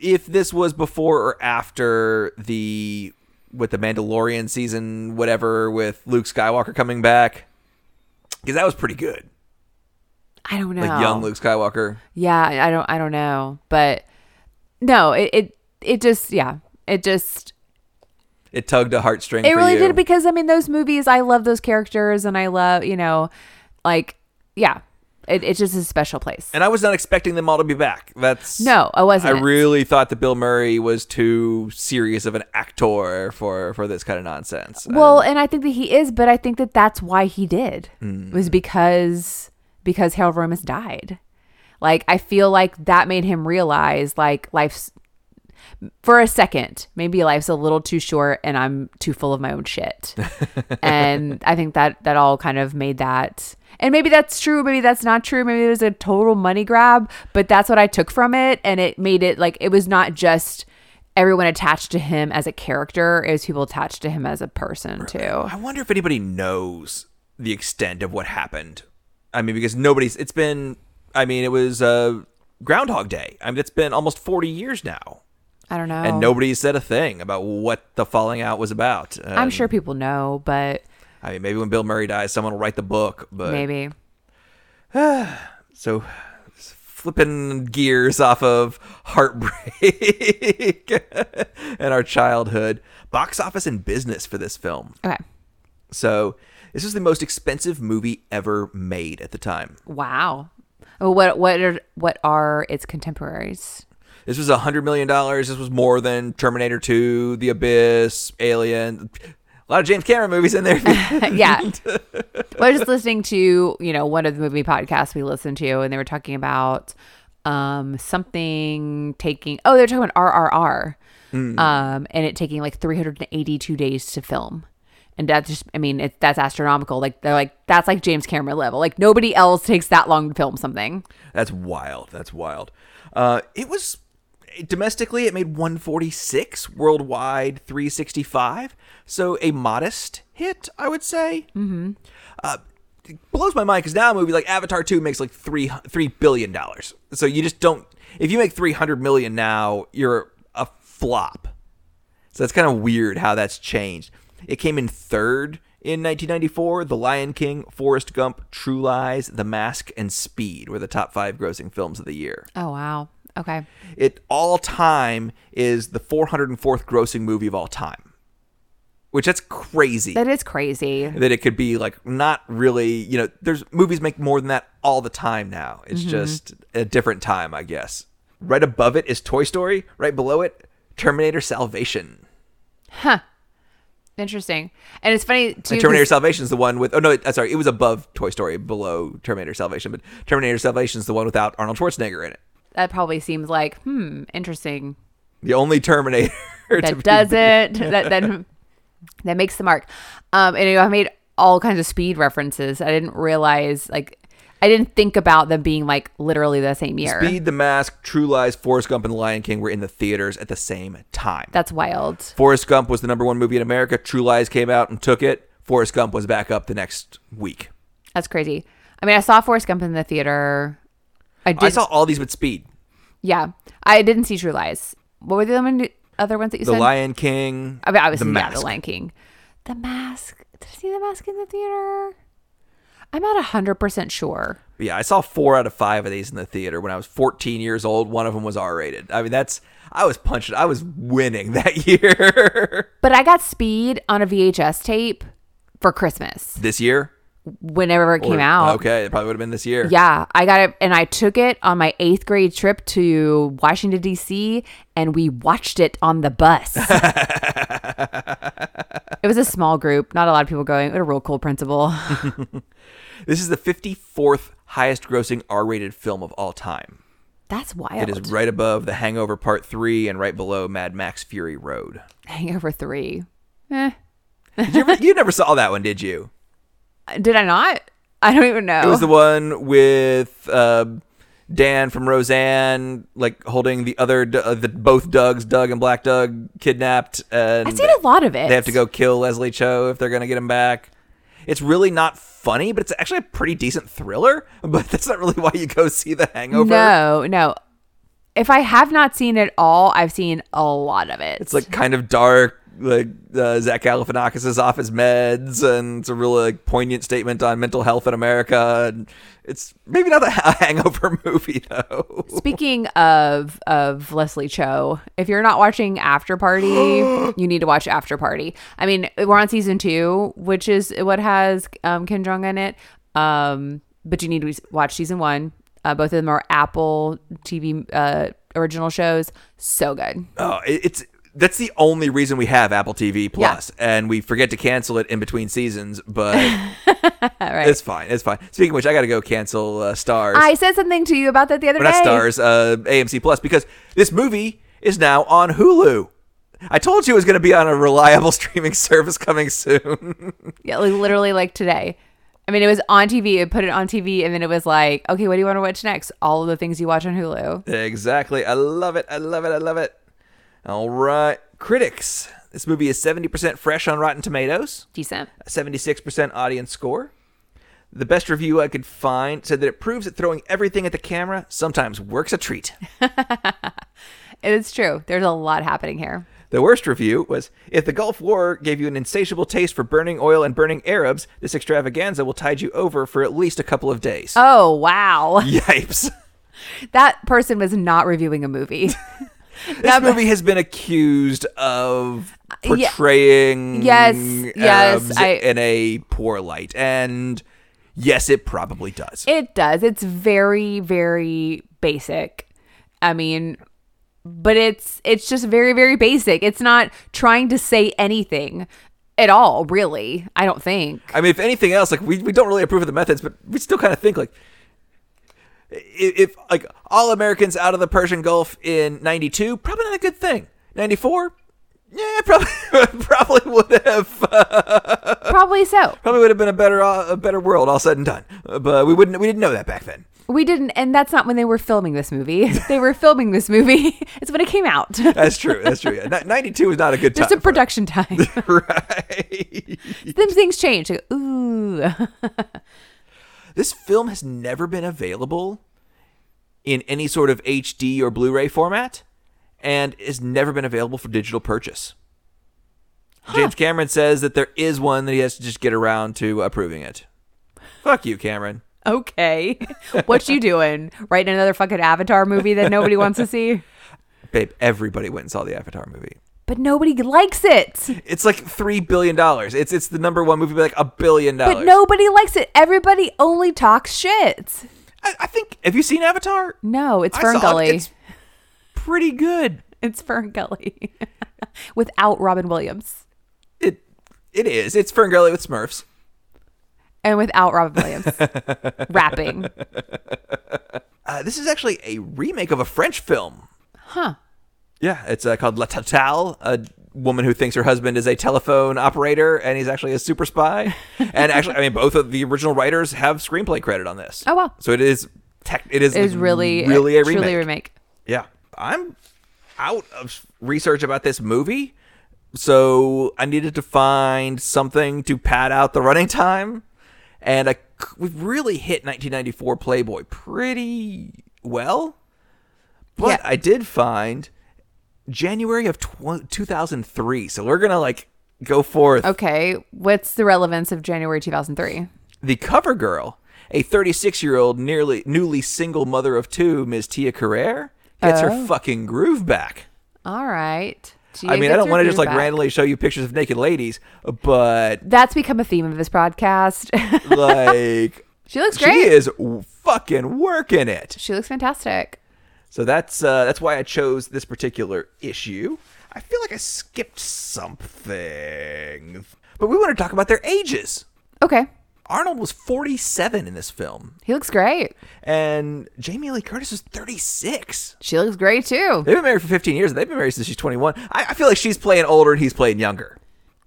[SPEAKER 1] if this was before or after the with the Mandalorian season, whatever, with Luke Skywalker coming back, because that was pretty good.
[SPEAKER 2] i don't know
[SPEAKER 1] Like young Luke Skywalker.
[SPEAKER 2] Yeah, I I don't I don't know, but no, it it, it just yeah, it just
[SPEAKER 1] It tugged a heartstring.
[SPEAKER 2] it
[SPEAKER 1] for
[SPEAKER 2] really
[SPEAKER 1] you.
[SPEAKER 2] did because I mean those movies I love those characters and I love, you know, like yeah, it it just is a special place.
[SPEAKER 1] And I was not expecting them all to be back. That's
[SPEAKER 2] No, I wasn't.
[SPEAKER 1] I really thought that Bill Murray was too serious of an actor for for this kind of nonsense.
[SPEAKER 2] Well, and I think that he is, but I think that that's why he did
[SPEAKER 1] Mm.
[SPEAKER 2] was because because Harold Ramis died. Like I feel like that made him realize like life's for a second maybe life's a little too short and I'm too full of my own shit. and I think that that all kind of made that. And maybe that's true, maybe that's not true, maybe it was a total money grab, but that's what I took from it and it made it like it was not just everyone attached to him as a character, it was people attached to him as a person too.
[SPEAKER 1] I wonder if anybody knows the extent of what happened. I mean, because nobody's. It's been. I mean, it was uh, Groundhog Day. I mean, it's been almost forty years now,
[SPEAKER 2] I don't know.
[SPEAKER 1] and nobody said a thing about what the falling out was about.
[SPEAKER 2] I'm
[SPEAKER 1] And,
[SPEAKER 2] sure people know, but
[SPEAKER 1] I mean, maybe when Bill Murray dies, someone will write the book. But
[SPEAKER 2] maybe.
[SPEAKER 1] So flipping gears off of heartbreak and our childhood box office and business for this film.
[SPEAKER 2] Okay.
[SPEAKER 1] So this is the most expensive movie ever made at the time.
[SPEAKER 2] Wow. Oh, What what are what are its contemporaries?
[SPEAKER 1] This was a hundred million dollars. This was more than Terminator 2, The Abyss, Alien. A lot of James Cameron movies in there.
[SPEAKER 2] yeah. Well, I was just listening to, you know, one of the movie podcasts we listened to, and they were talking about um, something taking, oh, they're talking about RRR um, and it taking like 382 days to film. And that's just, I mean, it, that's astronomical. Like, they're like, that's like James Cameron level. Like, nobody else takes that long to film something.
[SPEAKER 1] That's wild. That's wild. Uh, it was domestically it made 146 worldwide 365 so a modest hit i would say mm-hmm. uh, it blows my mind because now a movie like avatar 2 makes like three three billion dollars so you just don't if you make 300 million now you're a flop so that's kind of weird how that's changed. It came in third in 1994. The Lion King, Forrest Gump, True Lies, The Mask, and Speed were the top five grossing films of the year.
[SPEAKER 2] Oh, wow. Okay.
[SPEAKER 1] It all time is the 404th grossing movie of all time, which that's crazy.
[SPEAKER 2] That is crazy.
[SPEAKER 1] that it could be like not really, you know, there's movies make more than that all the time now. It's just a different time, I guess. Right above it is Toy Story, right below it, Terminator Salvation.
[SPEAKER 2] Interesting. And it's funny too.
[SPEAKER 1] And
[SPEAKER 2] 'cause-
[SPEAKER 1] Terminator Salvation is the one with. Oh no, it- sorry, it was above Toy Story, below Terminator Salvation, but Terminator Salvation is the one without Arnold Schwarzenegger in it.
[SPEAKER 2] that probably seems like hmm interesting.
[SPEAKER 1] The only Terminator. to
[SPEAKER 2] that
[SPEAKER 1] be-
[SPEAKER 2] doesn't that that that makes the mark. Um, and you know, I made all kinds of speed references. I didn't realize like I didn't think about them being like literally the same year.
[SPEAKER 1] Speed, The Mask, True Lies, Forrest Gump, and The Lion King were in the theaters at the same time.
[SPEAKER 2] That's wild.
[SPEAKER 1] Forrest Gump was the number one movie in America. True Lies came out and took it. Forrest Gump was back up the next week.
[SPEAKER 2] That's crazy. I mean, I saw Forrest Gump in the theater. I did.
[SPEAKER 1] I saw all these with Speed,
[SPEAKER 2] yeah, I didn't see True Lies. What were the other- other ones that you
[SPEAKER 1] The
[SPEAKER 2] said?
[SPEAKER 1] Lion King,
[SPEAKER 2] I mean, obviously,
[SPEAKER 1] The
[SPEAKER 2] yeah,
[SPEAKER 1] Mask.
[SPEAKER 2] The Lion King, The Mask. Did I see The Mask in the theater? I'm not hundred percent sure.
[SPEAKER 1] Yeah, I saw four out of five of these in the theater when I was 14 years old. One of them was R rated. I mean, that's I was punching. I was winning that year.
[SPEAKER 2] But I got Speed on a VHS tape for Christmas
[SPEAKER 1] this year
[SPEAKER 2] whenever it came
[SPEAKER 1] Or-
[SPEAKER 2] out.
[SPEAKER 1] Okay, it probably would have been this year.
[SPEAKER 2] Yeah, I got it and I took it on my eighth grade trip to Washington, D.C., and we watched it on the bus. it was a small group, not a lot of people going. What a real cool principal.
[SPEAKER 1] This is the 54th highest grossing R rated film of all time.
[SPEAKER 2] That's
[SPEAKER 1] It
[SPEAKER 2] wild.
[SPEAKER 1] is right above The Hangover Part 3 and right below Mad Max Fury Road.
[SPEAKER 2] Hangover 3.
[SPEAKER 1] Did you, ever, you never saw that one, did you?
[SPEAKER 2] Did I not? I don't even know.
[SPEAKER 1] It was the one with uh, Dan from Roseanne, like holding the other, D- uh, the both Dougs, Doug and Black Doug, kidnapped. And
[SPEAKER 2] I've seen a lot of it.
[SPEAKER 1] They have to go kill Leslie Cho if they're going to get him back. It's really not funny, but it's actually a pretty decent thriller. But that's not really why you go see The Hangover.
[SPEAKER 2] No, no. If I have not seen it all, I've seen a lot of it.
[SPEAKER 1] It's like kind of dark, like uh, Zach Galifianakis is off his meds, and it's a real like, poignant statement on mental health in America. And it's maybe not a ha- Hangover movie though.
[SPEAKER 2] Speaking of of Leslie Cho, if you're not watching After Party, you need to watch After Party. I mean, we're on season two, which is what has um, Kim Jong in it. Um, but you need to watch season one. Uh, both of them are Apple TV uh, original shows. So good.
[SPEAKER 1] Oh, it, it's that's the only reason we have Apple TV Plus, and we forget to cancel it in between seasons. But it's fine. It's fine. Speaking of which, I got to go cancel uh, Stars.
[SPEAKER 2] I said something to you about that the other
[SPEAKER 1] Or not
[SPEAKER 2] day.
[SPEAKER 1] Stars, uh, AMC Plus, because this movie is now on Hulu. I told you it was going to be on a reliable streaming service coming soon.
[SPEAKER 2] Yeah, like literally like today. I mean, it was on TV. It put it on TV, and then it was like, okay, what do you want to watch next? All of the things you watch on Hulu.
[SPEAKER 1] exactly. I love it. I love it. I love it. All right. Critics. This movie is 70% fresh on Rotten Tomatoes,
[SPEAKER 2] Decent.
[SPEAKER 1] 76% audience score. The best review I could find said that it proves that throwing everything at the camera sometimes works a treat.
[SPEAKER 2] It's true. There's a lot happening here.
[SPEAKER 1] The worst review was If the Gulf War gave you an insatiable taste for burning oil and burning Arabs, this extravaganza will tide you over for at least a couple of days.
[SPEAKER 2] Oh, wow.
[SPEAKER 1] Yipes.
[SPEAKER 2] That person was not reviewing a movie.
[SPEAKER 1] This movie has been accused of
[SPEAKER 2] Uh, yeah.
[SPEAKER 1] portraying
[SPEAKER 2] Yes, yes,
[SPEAKER 1] Arabs
[SPEAKER 2] I-
[SPEAKER 1] in a poor light. And yes, it probably does.
[SPEAKER 2] it does. It's very, very basic. I mean, but it's it's just very, very basic. It's not trying to say anything at all, really. I don't think.
[SPEAKER 1] I mean, if anything else, like we, we don't really approve of the methods, but we still kind of think like i- if like all Americans out of the Persian Gulf in '92, probably not a good thing. '94, yeah, probably probably would have uh,
[SPEAKER 2] Probably so.
[SPEAKER 1] probably would have been a better uh, a better world all said and done. Uh, But we wouldn't we didn't know that back then.
[SPEAKER 2] We didn't and that's not when they were filming this movie. they were filming this movie. It's when it came out.
[SPEAKER 1] That's true. That's true. Yeah. Ni- '92 was not a good time.
[SPEAKER 2] Just a production time.
[SPEAKER 1] right.
[SPEAKER 2] then things change. Like, Ooh.
[SPEAKER 1] This film has never been available in any sort of HD or Blu-ray format, and has never been available for digital purchase. James Cameron says that there is one that he has to just get around to approving it. Fuck you, Cameron.
[SPEAKER 2] Okay. What you doing? Writing another fucking Avatar movie that nobody wants to see?
[SPEAKER 1] Babe, everybody went and saw the Avatar movie.
[SPEAKER 2] But nobody likes it.
[SPEAKER 1] It's like three billion dollars. It's it's the number one movie by like a billion dollars.
[SPEAKER 2] But nobody likes it. Everybody only talks shit.
[SPEAKER 1] I, I think have you seen Avatar?
[SPEAKER 2] No, it's
[SPEAKER 1] I saw
[SPEAKER 2] Fern
[SPEAKER 1] it.
[SPEAKER 2] Gully.
[SPEAKER 1] It's pretty good.
[SPEAKER 2] it's Fern Gully without Robin Williams
[SPEAKER 1] It it is. It's Ferngully with Smurfs.
[SPEAKER 2] and without Robin Williams rapping.
[SPEAKER 1] Uh, this is actually a remake of a French film. Huh. Yeah, it's uh, called La Totale, a woman who thinks her husband is a telephone operator and he's actually a super spy. and actually, I mean, both of the original writers have screenplay credit on this.
[SPEAKER 2] Oh, wow.
[SPEAKER 1] So it is tech. It is,
[SPEAKER 2] It was really
[SPEAKER 1] really a
[SPEAKER 2] truly
[SPEAKER 1] remake.
[SPEAKER 2] remake.
[SPEAKER 1] Yeah, I'm out of research about this movie, so I needed to find something to pad out the running time, and I, we've really hit 1994 Playboy pretty well. But
[SPEAKER 2] Yeah.
[SPEAKER 1] I did find January of tw- 2003, so we're gonna like go forth.
[SPEAKER 2] Okay, what's the relevance of January 2003?
[SPEAKER 1] The cover girl, a 36 year old nearly newly single mother of two, Ms. Tia Carrere, gets
[SPEAKER 2] Oh.
[SPEAKER 1] her fucking groove back.
[SPEAKER 2] All right.
[SPEAKER 1] I mean, I don't want to just like
[SPEAKER 2] randomly.
[SPEAKER 1] randomly show you pictures of naked ladies, but
[SPEAKER 2] That's become a theme of this broadcast.
[SPEAKER 1] like
[SPEAKER 2] she looks
[SPEAKER 1] she
[SPEAKER 2] great.
[SPEAKER 1] is w- fucking working it.
[SPEAKER 2] She looks fantastic.
[SPEAKER 1] So that's uh, that's why I chose this particular issue. I feel like I skipped something, but we want to talk about their ages.
[SPEAKER 2] Okay.
[SPEAKER 1] Arnold was 47 in this film,
[SPEAKER 2] He looks great.
[SPEAKER 1] and Jamie Lee Curtis was 36.
[SPEAKER 2] She looks great too.
[SPEAKER 1] They've been married for 15 years. and They've been married since she's 21. I, I feel like she's playing older and he's playing younger.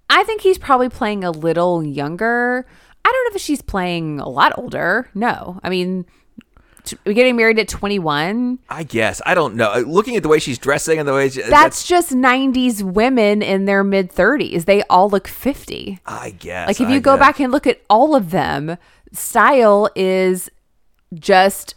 [SPEAKER 2] I think he's probably playing a little younger. I don't know if she's playing a lot older. No. I mean, t- getting married at 21,
[SPEAKER 1] I guess I don't know. Looking at the way she's dressing and the way she,
[SPEAKER 2] that's just 90s women in their mid 30s. They all look 50.
[SPEAKER 1] I guess.
[SPEAKER 2] Like if
[SPEAKER 1] I
[SPEAKER 2] you go
[SPEAKER 1] guess.
[SPEAKER 2] back and look at all of them, style is just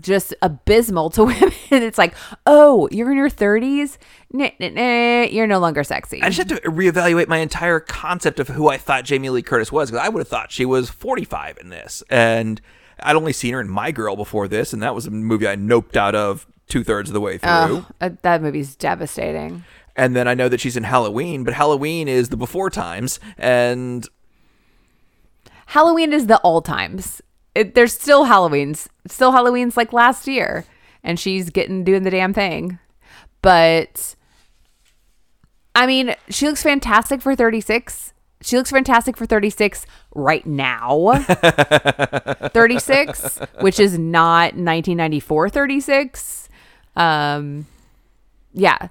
[SPEAKER 2] just abysmal to women. It's like, oh, you're in your 30s, nah, nah, nah, you're no longer sexy.
[SPEAKER 1] I just had to reevaluate my entire concept of who I thought Jamie Lee Curtis was because I would have thought she was 45 in this, and I'd only seen her in My Girl before this, and that was a movie I noped out of two thirds of the way through.
[SPEAKER 2] Ugh, uh, that movie's devastating.
[SPEAKER 1] And then I know that she's in Halloween, but Halloween is the before times, and
[SPEAKER 2] Halloween is the all times. It, there's still Halloween's, still Halloween's like last year, and she's getting doing the damn thing. But I mean, she looks fantastic for 36. She looks fantastic for 36 right now. 36, which is not 1994 36. Um, yeah.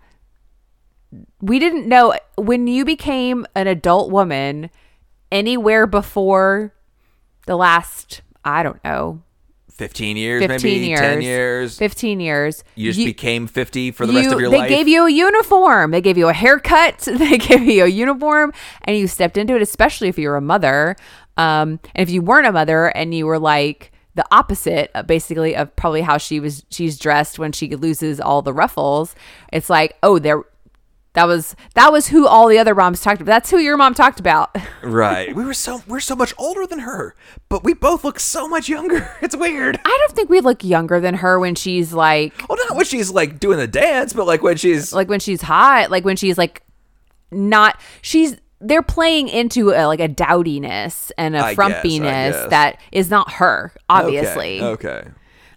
[SPEAKER 2] We didn't know when you became an adult woman anywhere before the last, I don't know,
[SPEAKER 1] 15 years,
[SPEAKER 2] 15
[SPEAKER 1] maybe
[SPEAKER 2] years,
[SPEAKER 1] 10 years.
[SPEAKER 2] 15 years.
[SPEAKER 1] you just became 50 for the rest
[SPEAKER 2] you-
[SPEAKER 1] of your
[SPEAKER 2] they
[SPEAKER 1] life.
[SPEAKER 2] gave you a uniform. They gave you a haircut. They gave you a uniform, and you stepped into it. Especially if you were a mother, um, and if you weren't a mother, and you were like the opposite, uh, basically, of probably how she was. She's dressed when she loses all the ruffles. It's like, oh, there. That was that was who all the other moms talked about. That's who your mom talked about.
[SPEAKER 1] right. We were so we're so much older than her, but we both look so much younger. It's weird.
[SPEAKER 2] I don't think we look younger than her when she's like
[SPEAKER 1] Well, not when she's like doing the dance, but like when she's
[SPEAKER 2] like when she's hot, like when she's like not she's they're playing into a, like a dowdiness and a
[SPEAKER 1] I guess, I
[SPEAKER 2] frumpiness
[SPEAKER 1] guess.
[SPEAKER 2] that is not her, obviously.
[SPEAKER 1] Okay.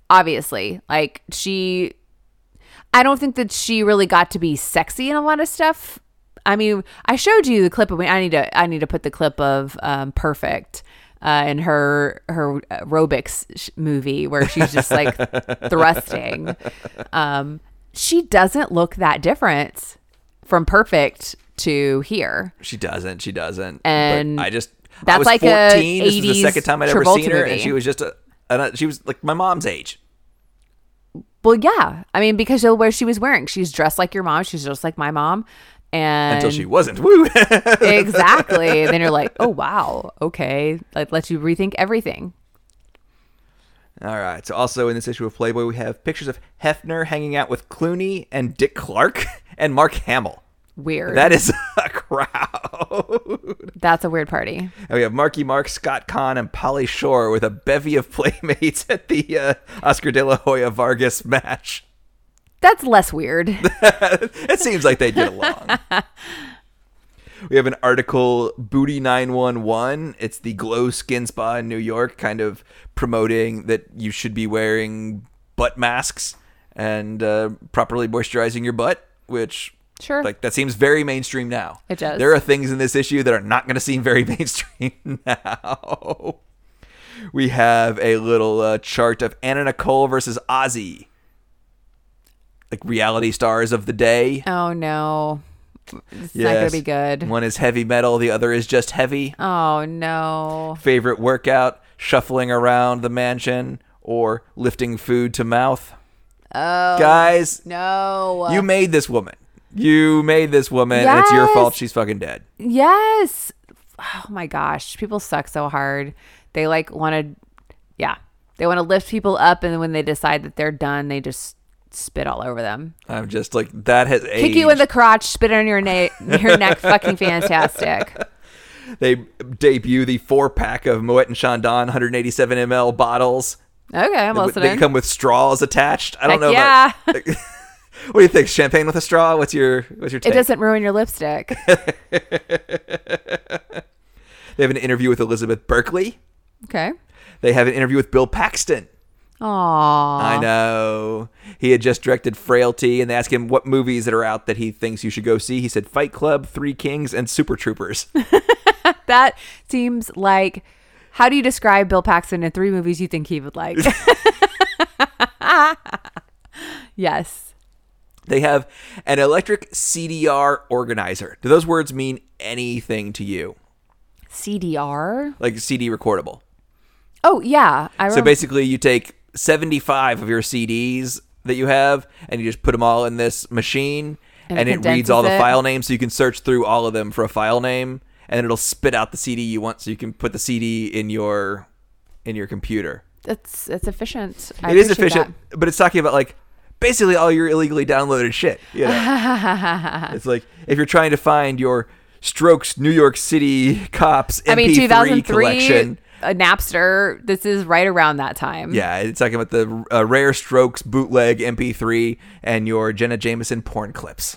[SPEAKER 2] Obviously. Like she I don't think that she really got to be sexy in a lot of stuff. I mean, I showed you the clip of I need to I need to put the clip of um, perfect uh, and her her aerobics sh- movie where she's just like thrusting. Um, she doesn't look that different from perfect to here.
[SPEAKER 1] She doesn't. She doesn't.
[SPEAKER 2] And
[SPEAKER 1] but I just I
[SPEAKER 2] that's
[SPEAKER 1] was
[SPEAKER 2] like a
[SPEAKER 1] 14. This is the
[SPEAKER 2] 80s
[SPEAKER 1] second time I'd ever
[SPEAKER 2] Travolta
[SPEAKER 1] seen her, and
[SPEAKER 2] movie.
[SPEAKER 1] she was just a, and I- she was like my mom's age.
[SPEAKER 2] Well, yeah, I mean because of what she was wearing, she's dressed like your mom. She's just like my mom. And
[SPEAKER 1] Until she wasn't. Woo.
[SPEAKER 2] exactly. then you're like, oh wow, okay. Like lets you rethink everything.
[SPEAKER 1] All right. So also in this issue of Playboy, we have pictures of Hefner hanging out with Clooney and Dick Clark and Mark Hamill.
[SPEAKER 2] Weird.
[SPEAKER 1] That is a crowd.
[SPEAKER 2] That's a weird party.
[SPEAKER 1] And we have Marky Mark, Scott Kahn, and Polly Shore with a bevy of playmates at the uh, Oscar de la Hoya Vargas match.
[SPEAKER 2] That's less weird.
[SPEAKER 1] it seems like they get along. we have an article, Booty 911. It's the Glow Skin Spa in New York, kind of promoting that you should be wearing butt masks and uh, properly moisturizing your butt, which
[SPEAKER 2] Sure.
[SPEAKER 1] like that seems very mainstream now.
[SPEAKER 2] It does.
[SPEAKER 1] There are things in this issue that are not going to seem very mainstream now. We have a little uh, chart of Anna Nicole versus Ozzy, like reality stars of the day.
[SPEAKER 2] oh no. It's not gonna
[SPEAKER 1] Yes.
[SPEAKER 2] be good.
[SPEAKER 1] One is heavy metal, the other is just heavy.
[SPEAKER 2] Oh no.
[SPEAKER 1] Favorite workout: shuffling around the mansion or lifting food to mouth.
[SPEAKER 2] Oh
[SPEAKER 1] Guys,
[SPEAKER 2] no.
[SPEAKER 1] you made this woman. You made this woman. and It's your
[SPEAKER 2] Yes.
[SPEAKER 1] fault. She's fucking dead.
[SPEAKER 2] Yes. Oh my gosh, people suck so hard. They like want to, yeah, they want to lift people up, and then when they decide that they're done, they just spit all over them.
[SPEAKER 1] I'm just like that has
[SPEAKER 2] Kick
[SPEAKER 1] aged.
[SPEAKER 2] you in the crotch, spit on your na- your neck. Fucking fantastic.
[SPEAKER 1] they debut the four pack of Moet and Chandon 187 ml bottles.
[SPEAKER 2] Okay, I'm
[SPEAKER 1] They
[SPEAKER 2] listening.
[SPEAKER 1] come with straws attached. I don't
[SPEAKER 2] Heck
[SPEAKER 1] know.
[SPEAKER 2] yeah,
[SPEAKER 1] About, what do you think? Champagne with a straw? What's your what's your
[SPEAKER 2] it
[SPEAKER 1] take?
[SPEAKER 2] doesn't ruin your lipstick.
[SPEAKER 1] They have an interview with Elizabeth Berkley.
[SPEAKER 2] Okay.
[SPEAKER 1] They have an interview with Bill Paxton.
[SPEAKER 2] Aww.
[SPEAKER 1] I know. He had just directed Frailty, and they asked him what movies that are out that he thinks you should go see. He said Fight Club, Three Kings, and Super Troopers.
[SPEAKER 2] That seems like. How do you describe Bill Paxton in three movies you think he would like? yes.
[SPEAKER 1] They have an electric CDR organizer. Do those words mean anything to you?
[SPEAKER 2] CDR.
[SPEAKER 1] Like CD recordable.
[SPEAKER 2] Oh yeah, I
[SPEAKER 1] So
[SPEAKER 2] remember.
[SPEAKER 1] basically, you take 75 of your CDs that you have and you just put them all in this machine
[SPEAKER 2] And
[SPEAKER 1] and,
[SPEAKER 2] it
[SPEAKER 1] it reads
[SPEAKER 2] condenses
[SPEAKER 1] all the
[SPEAKER 2] it.
[SPEAKER 1] file names so you can search through all of them for a file name and it'll spit out the CD you want so you can put the CD in your in your computer.
[SPEAKER 2] that's that's efficient. I
[SPEAKER 1] it is
[SPEAKER 2] appreciate
[SPEAKER 1] efficient, but it's talking about like basically all your illegally downloaded shit. You know? it's like if you're trying to find your Strokes New York City Cops MP3
[SPEAKER 2] that. I mean, 2003
[SPEAKER 1] collection.
[SPEAKER 2] a Napster. This is right around that time.
[SPEAKER 1] Yeah, it's talking about the uh, Rare Strokes bootleg MP3 and your Jenna Jameson porn clips.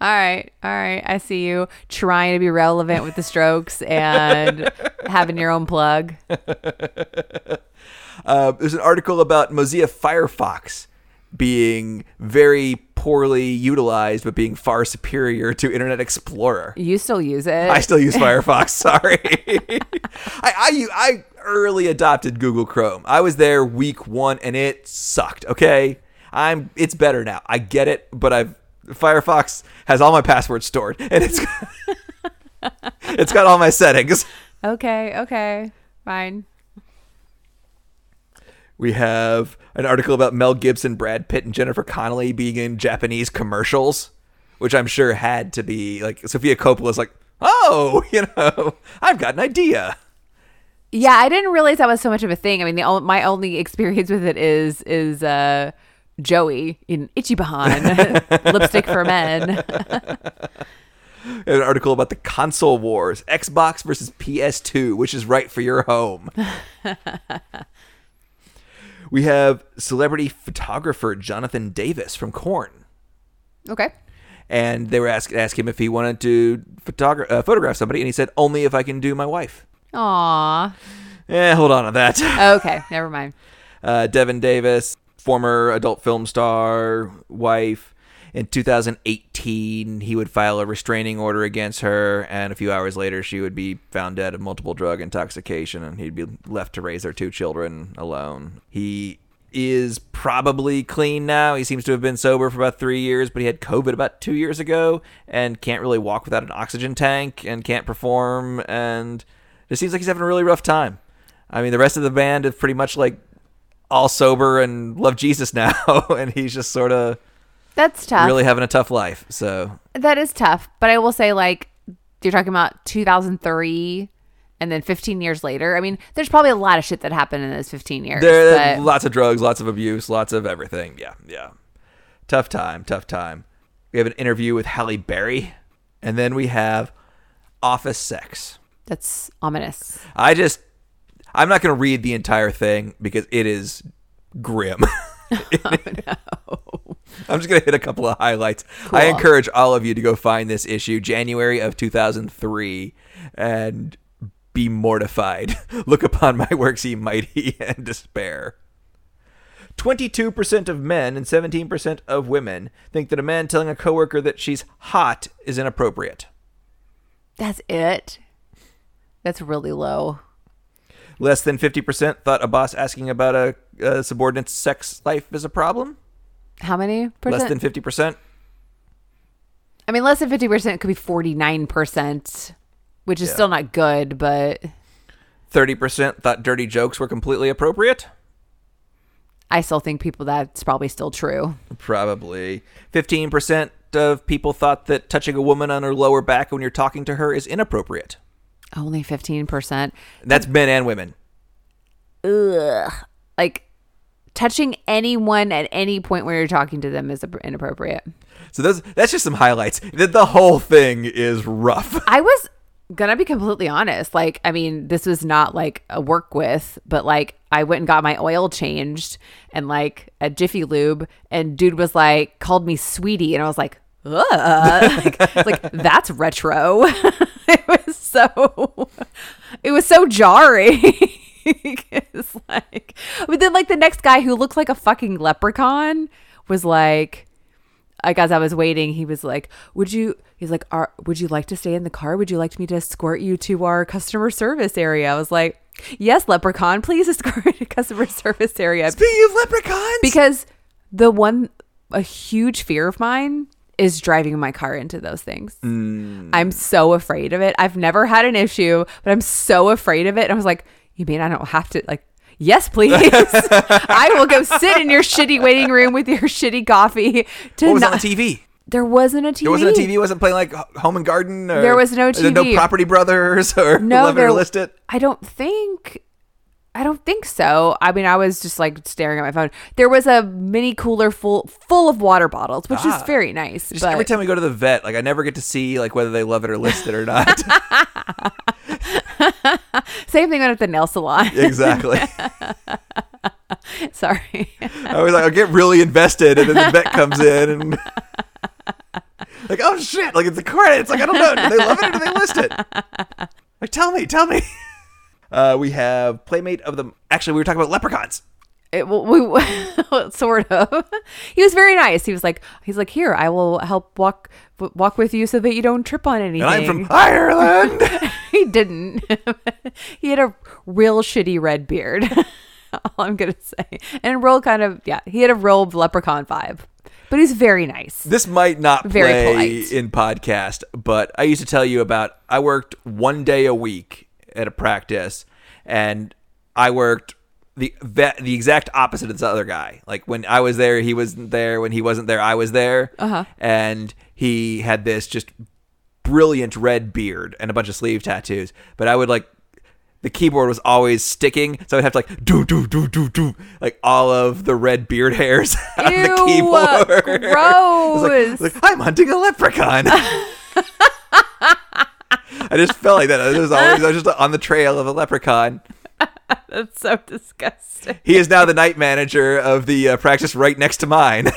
[SPEAKER 2] All right, all right. I see you trying to be relevant with the Strokes and having your own plug.
[SPEAKER 1] Uh, there's an article about Mozilla Firefox being very poorly utilized, but being far superior to Internet Explorer.
[SPEAKER 2] You still use it.
[SPEAKER 1] I still use Firefox. Sorry, I, I u- I early adopted Google Chrome. I was there week one, and it sucked. Okay, I'm it's better now. I get it, but I've Firefox has all my passwords stored, and it's it's got all my settings.
[SPEAKER 2] okay, okay, fine.
[SPEAKER 1] We have an article about Mel Gibson, Brad Pitt, and Jennifer Connelly being in Japanese commercials, which I'm sure had to be like Sophia Coppola's like, oh, you know, I've got an idea.
[SPEAKER 2] Yeah, I didn't realize that was so much of a thing. I mean, the o- my only experience with it is is uh, Joey in Ichiban, lipstick for men.
[SPEAKER 1] an article about the console wars, Xbox versus PS2, which is right for your home. we have celebrity photographer Jonathan Davis from Korn,
[SPEAKER 2] Okay.
[SPEAKER 1] and they were asked asked him if he wanted to photogra- uh, photograph somebody, and he said only if I can do my wife.
[SPEAKER 2] Aw.
[SPEAKER 1] Eh, hold on to that.
[SPEAKER 2] Okay, never mind.
[SPEAKER 1] Uh, Devin Davis, former adult film star, wife. In 2018, he would file a restraining order against her, and a few hours later, she would be found dead of multiple drug intoxication, and he'd be left to raise their two children alone. He is probably clean now. He seems to have been sober for about three years, but he had COVID about two years ago, and can't really walk without an oxygen tank, and can't perform, and it seems like he's having a really rough time. I mean, the rest of the band is pretty much like all sober and love Jesus now, and he's just sort of
[SPEAKER 2] That's tough.
[SPEAKER 1] really having a tough life. So
[SPEAKER 2] That is tough, but I will say like you're talking about 2003 and then 15 years later. I mean, there's probably a lot of shit that happened in those 15 years.
[SPEAKER 1] there,
[SPEAKER 2] but
[SPEAKER 1] lots of drugs, lots of abuse, lots of everything. Yeah, yeah. Tough time, tough time. We have an interview with Halle Berry, and then we have office sex.
[SPEAKER 2] that's ominous.
[SPEAKER 1] I just, I'm not going to read the entire thing because it is grim. I'm just going to hit a couple of highlights. I
[SPEAKER 2] Cool.
[SPEAKER 1] encourage all of you to go find this issue, January of 2003, and be mortified. Look upon my works, ye mighty, and despair. 22% of men and 17% of women think that a man telling a coworker that she's hot is inappropriate.
[SPEAKER 2] That's it. That's really low.
[SPEAKER 1] Less than 50% thought a boss asking about a, a subordinate's sex life is a problem.
[SPEAKER 2] How many
[SPEAKER 1] Less
[SPEAKER 2] percent?
[SPEAKER 1] than 50%.
[SPEAKER 2] I mean, less than 50% could be 49%, which is still not good, but
[SPEAKER 1] 30% thought dirty jokes were completely appropriate.
[SPEAKER 2] I still think people that's probably still true.
[SPEAKER 1] Probably. 15% of people thought that touching a woman on her lower back when you're talking to her is inappropriate.
[SPEAKER 2] Only 15%.
[SPEAKER 1] That's men and women.
[SPEAKER 2] Ugh. Like touching anyone at any point when you're talking to them is inappropriate.
[SPEAKER 1] So those that's just some highlights. That the whole thing is rough.
[SPEAKER 2] I was gonna be completely honest. Like, I mean, this was not like a work with, but like I went and got my oil changed and like a Jiffy Lube, and dude was like called me sweetie, and I was like, ugh, like, it's like that's retro. it was so, it was so jarring. it's like, but then like the next guy who looked like a fucking leprechaun was like like as I was waiting, he was like, "Would you?" He's like, Are, "Would you like to stay in the car? Would you like me to escort you to our customer service area?" I was like, "Yes, leprechaun, please escort me to customer service area."
[SPEAKER 1] Speaking of leprechauns,
[SPEAKER 2] Because the one, a huge fear of mine is driving my car into those things.
[SPEAKER 1] Mm.
[SPEAKER 2] I'm so afraid of it. I've never had an issue, but I'm so afraid of it. And I was like, you mean I don't have to like Yes, please. I will go sit in your shitty waiting room with your shitty coffee to
[SPEAKER 1] what was
[SPEAKER 2] not
[SPEAKER 1] on the TV?
[SPEAKER 2] there wasn't a TV.
[SPEAKER 1] There wasn't a TV. Wasn't playing like H- Home and Garden. Or,
[SPEAKER 2] There was no
[SPEAKER 1] there No
[SPEAKER 2] TV.
[SPEAKER 1] Property Brothers or
[SPEAKER 2] No,
[SPEAKER 1] Love It
[SPEAKER 2] there-
[SPEAKER 1] or List It.
[SPEAKER 2] I don't think. I don't think so. I mean, I was just like staring at my phone. There was a mini cooler full full of water bottles, which
[SPEAKER 1] Ah.
[SPEAKER 2] is very nice.
[SPEAKER 1] Just
[SPEAKER 2] but
[SPEAKER 1] every time we go to the vet, like I never get to see like whether they love it or list it or not.
[SPEAKER 2] same thing went at the nail salon.
[SPEAKER 1] exactly.
[SPEAKER 2] Sorry.
[SPEAKER 1] I was like, I get really invested, and then the vet comes in and like, oh shit! Like it's the credits. Like I don't know, do they love it or do they list it? Like tell me, tell me. Uh, we have playmate of the. Actually, we were talking about leprechauns.
[SPEAKER 2] It, we, we- sort of. He was very nice. He was like, he's like, here, I will help walk w- walk with you so that you don't trip on anything.
[SPEAKER 1] And I'm from Ireland.
[SPEAKER 2] he didn't. he had a real shitty red beard. All I'm gonna say, and real kind of yeah, he had a real leprechaun vibe, but he's very nice.
[SPEAKER 1] this might not
[SPEAKER 2] Very
[SPEAKER 1] play
[SPEAKER 2] polite.
[SPEAKER 1] in podcast, but I used to tell you about I worked one day a week at a practice, and I worked the the the exact opposite of this other guy. Like when I was there, he wasn't there. When he wasn't there, I was there. Uh-huh. And he had this just brilliant red beard and a bunch of sleeve tattoos. But I would like the keyboard was always sticking, so I'd have to like do do do do do like all of the red beard hairs on the
[SPEAKER 2] Ew,
[SPEAKER 1] keyboard. It's like- it's
[SPEAKER 2] gross.
[SPEAKER 1] like, I'm hunting a leprechaun. I just felt like that. I was always I was just on the trail of a leprechaun.
[SPEAKER 2] That's so disgusting.
[SPEAKER 1] He is now the night manager of the uh, practice right next to mine.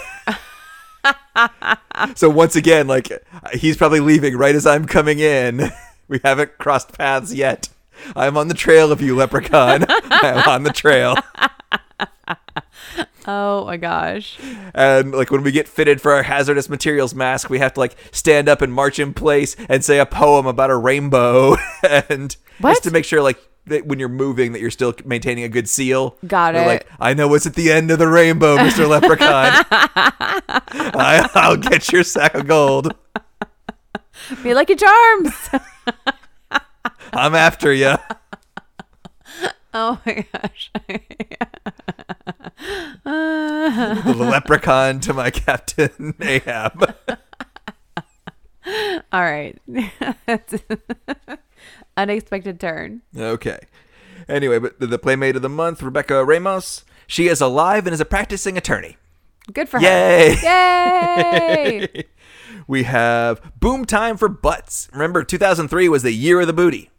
[SPEAKER 1] so once again, like he's probably leaving right as I'm coming in. We haven't crossed paths yet. I'm on the trail of you, leprechaun. I'm on the trail.
[SPEAKER 2] Oh my gosh.
[SPEAKER 1] And like when we get fitted for our hazardous materials mask, we have to like stand up and march in place and say a poem about a rainbow and
[SPEAKER 2] What?
[SPEAKER 1] just to make sure like that when you're moving that you're still maintaining a good seal.
[SPEAKER 2] Got
[SPEAKER 1] We're
[SPEAKER 2] it.
[SPEAKER 1] Like I know what's at the end of the rainbow, Mister Leprechaun. I, I'll get your sack of gold.
[SPEAKER 2] Be like your charms.
[SPEAKER 1] I'm after you.
[SPEAKER 2] oh my gosh.
[SPEAKER 1] The leprechaun to my captain Ahab.
[SPEAKER 2] All right. Unexpected turn.
[SPEAKER 1] Okay. Anyway, but the- the playmate of the month, Rebecca Ramos. She is alive and is a practicing attorney.
[SPEAKER 2] Good for
[SPEAKER 1] Yay!
[SPEAKER 2] her. Yay!
[SPEAKER 1] We have Boom Time for Butts. Remember, 2003 was the year of the booty.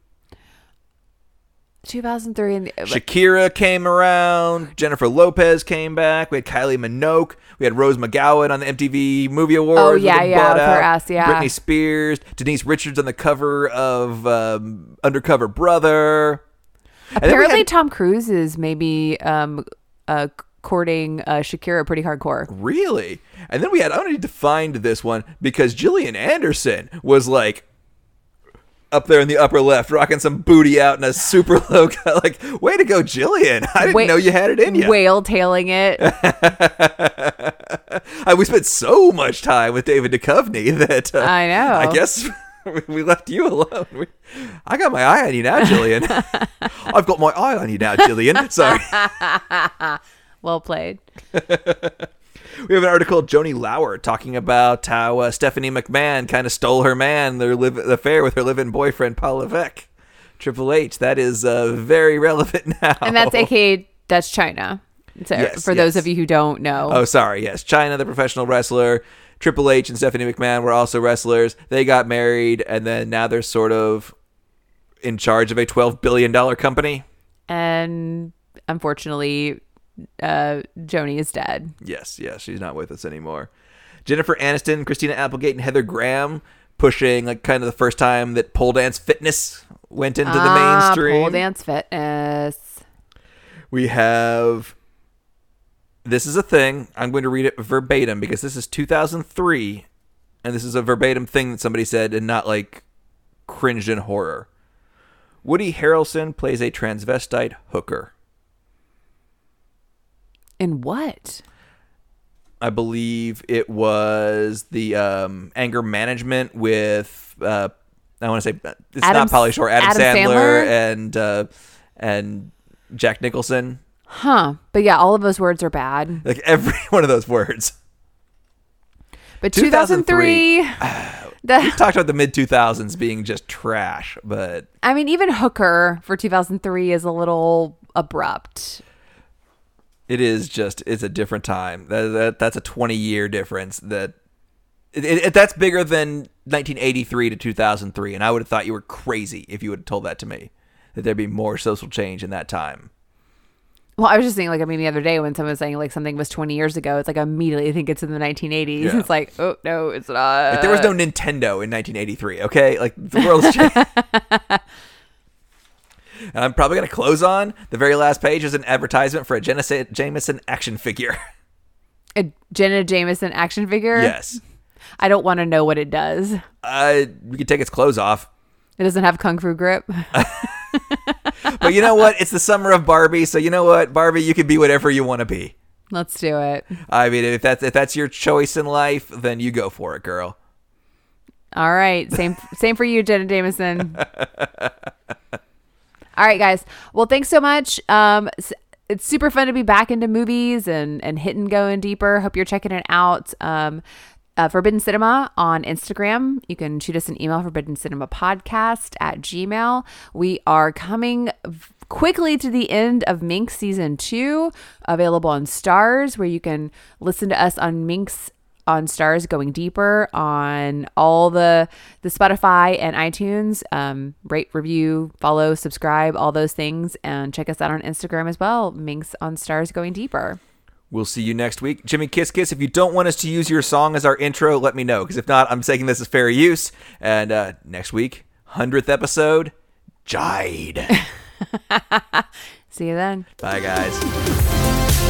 [SPEAKER 2] 2003 and the,
[SPEAKER 1] Shakira came around. Jennifer Lopez came back. We had Kylie Minogue. We had Rose McGowan on the MTV Movie Awards.
[SPEAKER 2] Oh,
[SPEAKER 1] with
[SPEAKER 2] yeah,
[SPEAKER 1] her
[SPEAKER 2] yeah,
[SPEAKER 1] butt
[SPEAKER 2] with her
[SPEAKER 1] out.
[SPEAKER 2] ass, yeah.
[SPEAKER 1] Britney Spears. Denise Richards on the cover of um, Undercover Brother. And then we
[SPEAKER 2] Apparently,
[SPEAKER 1] had-
[SPEAKER 2] Tom Cruise is maybe um, uh, courting uh, Shakira pretty hardcore.
[SPEAKER 1] Really? And then we had, I need to find this one because Gillian Anderson was like up there in the upper left, rocking some booty out in a super low cut. Like, way to go, Gillian. I didn't
[SPEAKER 2] Wa-
[SPEAKER 1] know you had it in you.
[SPEAKER 2] Whale tailing it.
[SPEAKER 1] I, we spent so much time with David Duchovny that uh,
[SPEAKER 2] I know.
[SPEAKER 1] I guess we- we left you alone. We, I got my eye on you now, Gillian. I've got my eye on you now, Gillian. Sorry.
[SPEAKER 2] well played.
[SPEAKER 1] We have an article Joni Lauer talking about how uh, Stephanie McMahon kind of stole her man, their live the affair with her live-in boyfriend Paul Levesque, Triple H. That is uh, very relevant now.
[SPEAKER 2] And that's aka that's China. So
[SPEAKER 1] Oh. Yes,
[SPEAKER 2] for those
[SPEAKER 1] yes.
[SPEAKER 2] of you who don't know,
[SPEAKER 1] Oh, sorry. Yes, China, the professional wrestler. Triple H and Stephanie McMahon were also wrestlers. They got married, and then now they're sort of in charge of a twelve billion dollar company.
[SPEAKER 2] and unfortunately, uh, Joni is dead.
[SPEAKER 1] Yes, yes, she's not with us anymore. Jennifer Aniston, Christina Applegate, and Heather Graham pushing like kind of the first time that pole dance fitness went into
[SPEAKER 2] Ah,
[SPEAKER 1] the mainstream.
[SPEAKER 2] Pole dance fitness.
[SPEAKER 1] We have this is a thing. I'm going to read it verbatim because this is 2003, and this is a verbatim thing that somebody said and not like cringed in horror. Woody Harrelson plays a transvestite hooker.
[SPEAKER 2] And what?
[SPEAKER 1] I believe it was the um, anger management with uh, I want to say it's
[SPEAKER 2] Adam
[SPEAKER 1] not Polly Shore, Adam,
[SPEAKER 2] Adam
[SPEAKER 1] Sandler,
[SPEAKER 2] Sandler?
[SPEAKER 1] and uh, and Jack Nicholson.
[SPEAKER 2] Huh. But yeah, all of those words are bad.
[SPEAKER 1] Like every one of those words.
[SPEAKER 2] But 2003. the,
[SPEAKER 1] Talked about the mid two thousands being just trash, but
[SPEAKER 2] I mean, even Hooker for 2003 is a little abrupt.
[SPEAKER 1] it is just it's a different time. That, that that's a twenty year difference. That it, it, that's bigger than nineteen eighty three to two thousand three. And I would have thought you were crazy if you would have told that to me that there'd be more social change in that time.
[SPEAKER 2] Well, I was just saying, like, I mean, the other day when someone was saying, like, something was 20 years ago, it's like, I immediately think it's in the 1980s.
[SPEAKER 1] Yeah.
[SPEAKER 2] It's like, oh, no, it's not.
[SPEAKER 1] Like, there was no Nintendo in 1983. Okay, like the world's changed. And I'm probably gonna close on the very last page is an advertisement for a Genesis Jameson action figure.
[SPEAKER 2] a Jenna Jameson action figure.
[SPEAKER 1] yes,
[SPEAKER 2] I don't want to know what it does. It
[SPEAKER 1] uh, we could take its clothes off.
[SPEAKER 2] doesn't have kung fu grip.
[SPEAKER 1] But you know what? It's the summer of Barbie, so you know what, Barbie, you can be whatever you want to be.
[SPEAKER 2] Let's do it.
[SPEAKER 1] I mean, if that's if that's your choice in life, then you go for it, girl.
[SPEAKER 2] All right. Same same for you, Jenna Jameson. All right, guys. Well, thanks so much. Um, s- it's super fun to be back into movies and and hitting going deeper. Hope you're checking it out. Um, uh, Forbidden Cinema on Instagram. You can shoot us an email, Forbidden Cinema Podcast at Gmail. We are coming v- quickly to the end of Mink season two, available on Stars, where you can listen to us on Mink's on stars going deeper on all the the spotify and itunes um, rate review follow subscribe all those things and check us out on instagram as well minx on stars going deeper
[SPEAKER 1] We'll see you next week. Jimmy Kiss Kiss, if you don't want us to use your song as our intro, let me know. Because if not, I'm taking this as fair use. And uh, next week, 100th episode, Jide.
[SPEAKER 2] see you then
[SPEAKER 1] Bye, guys.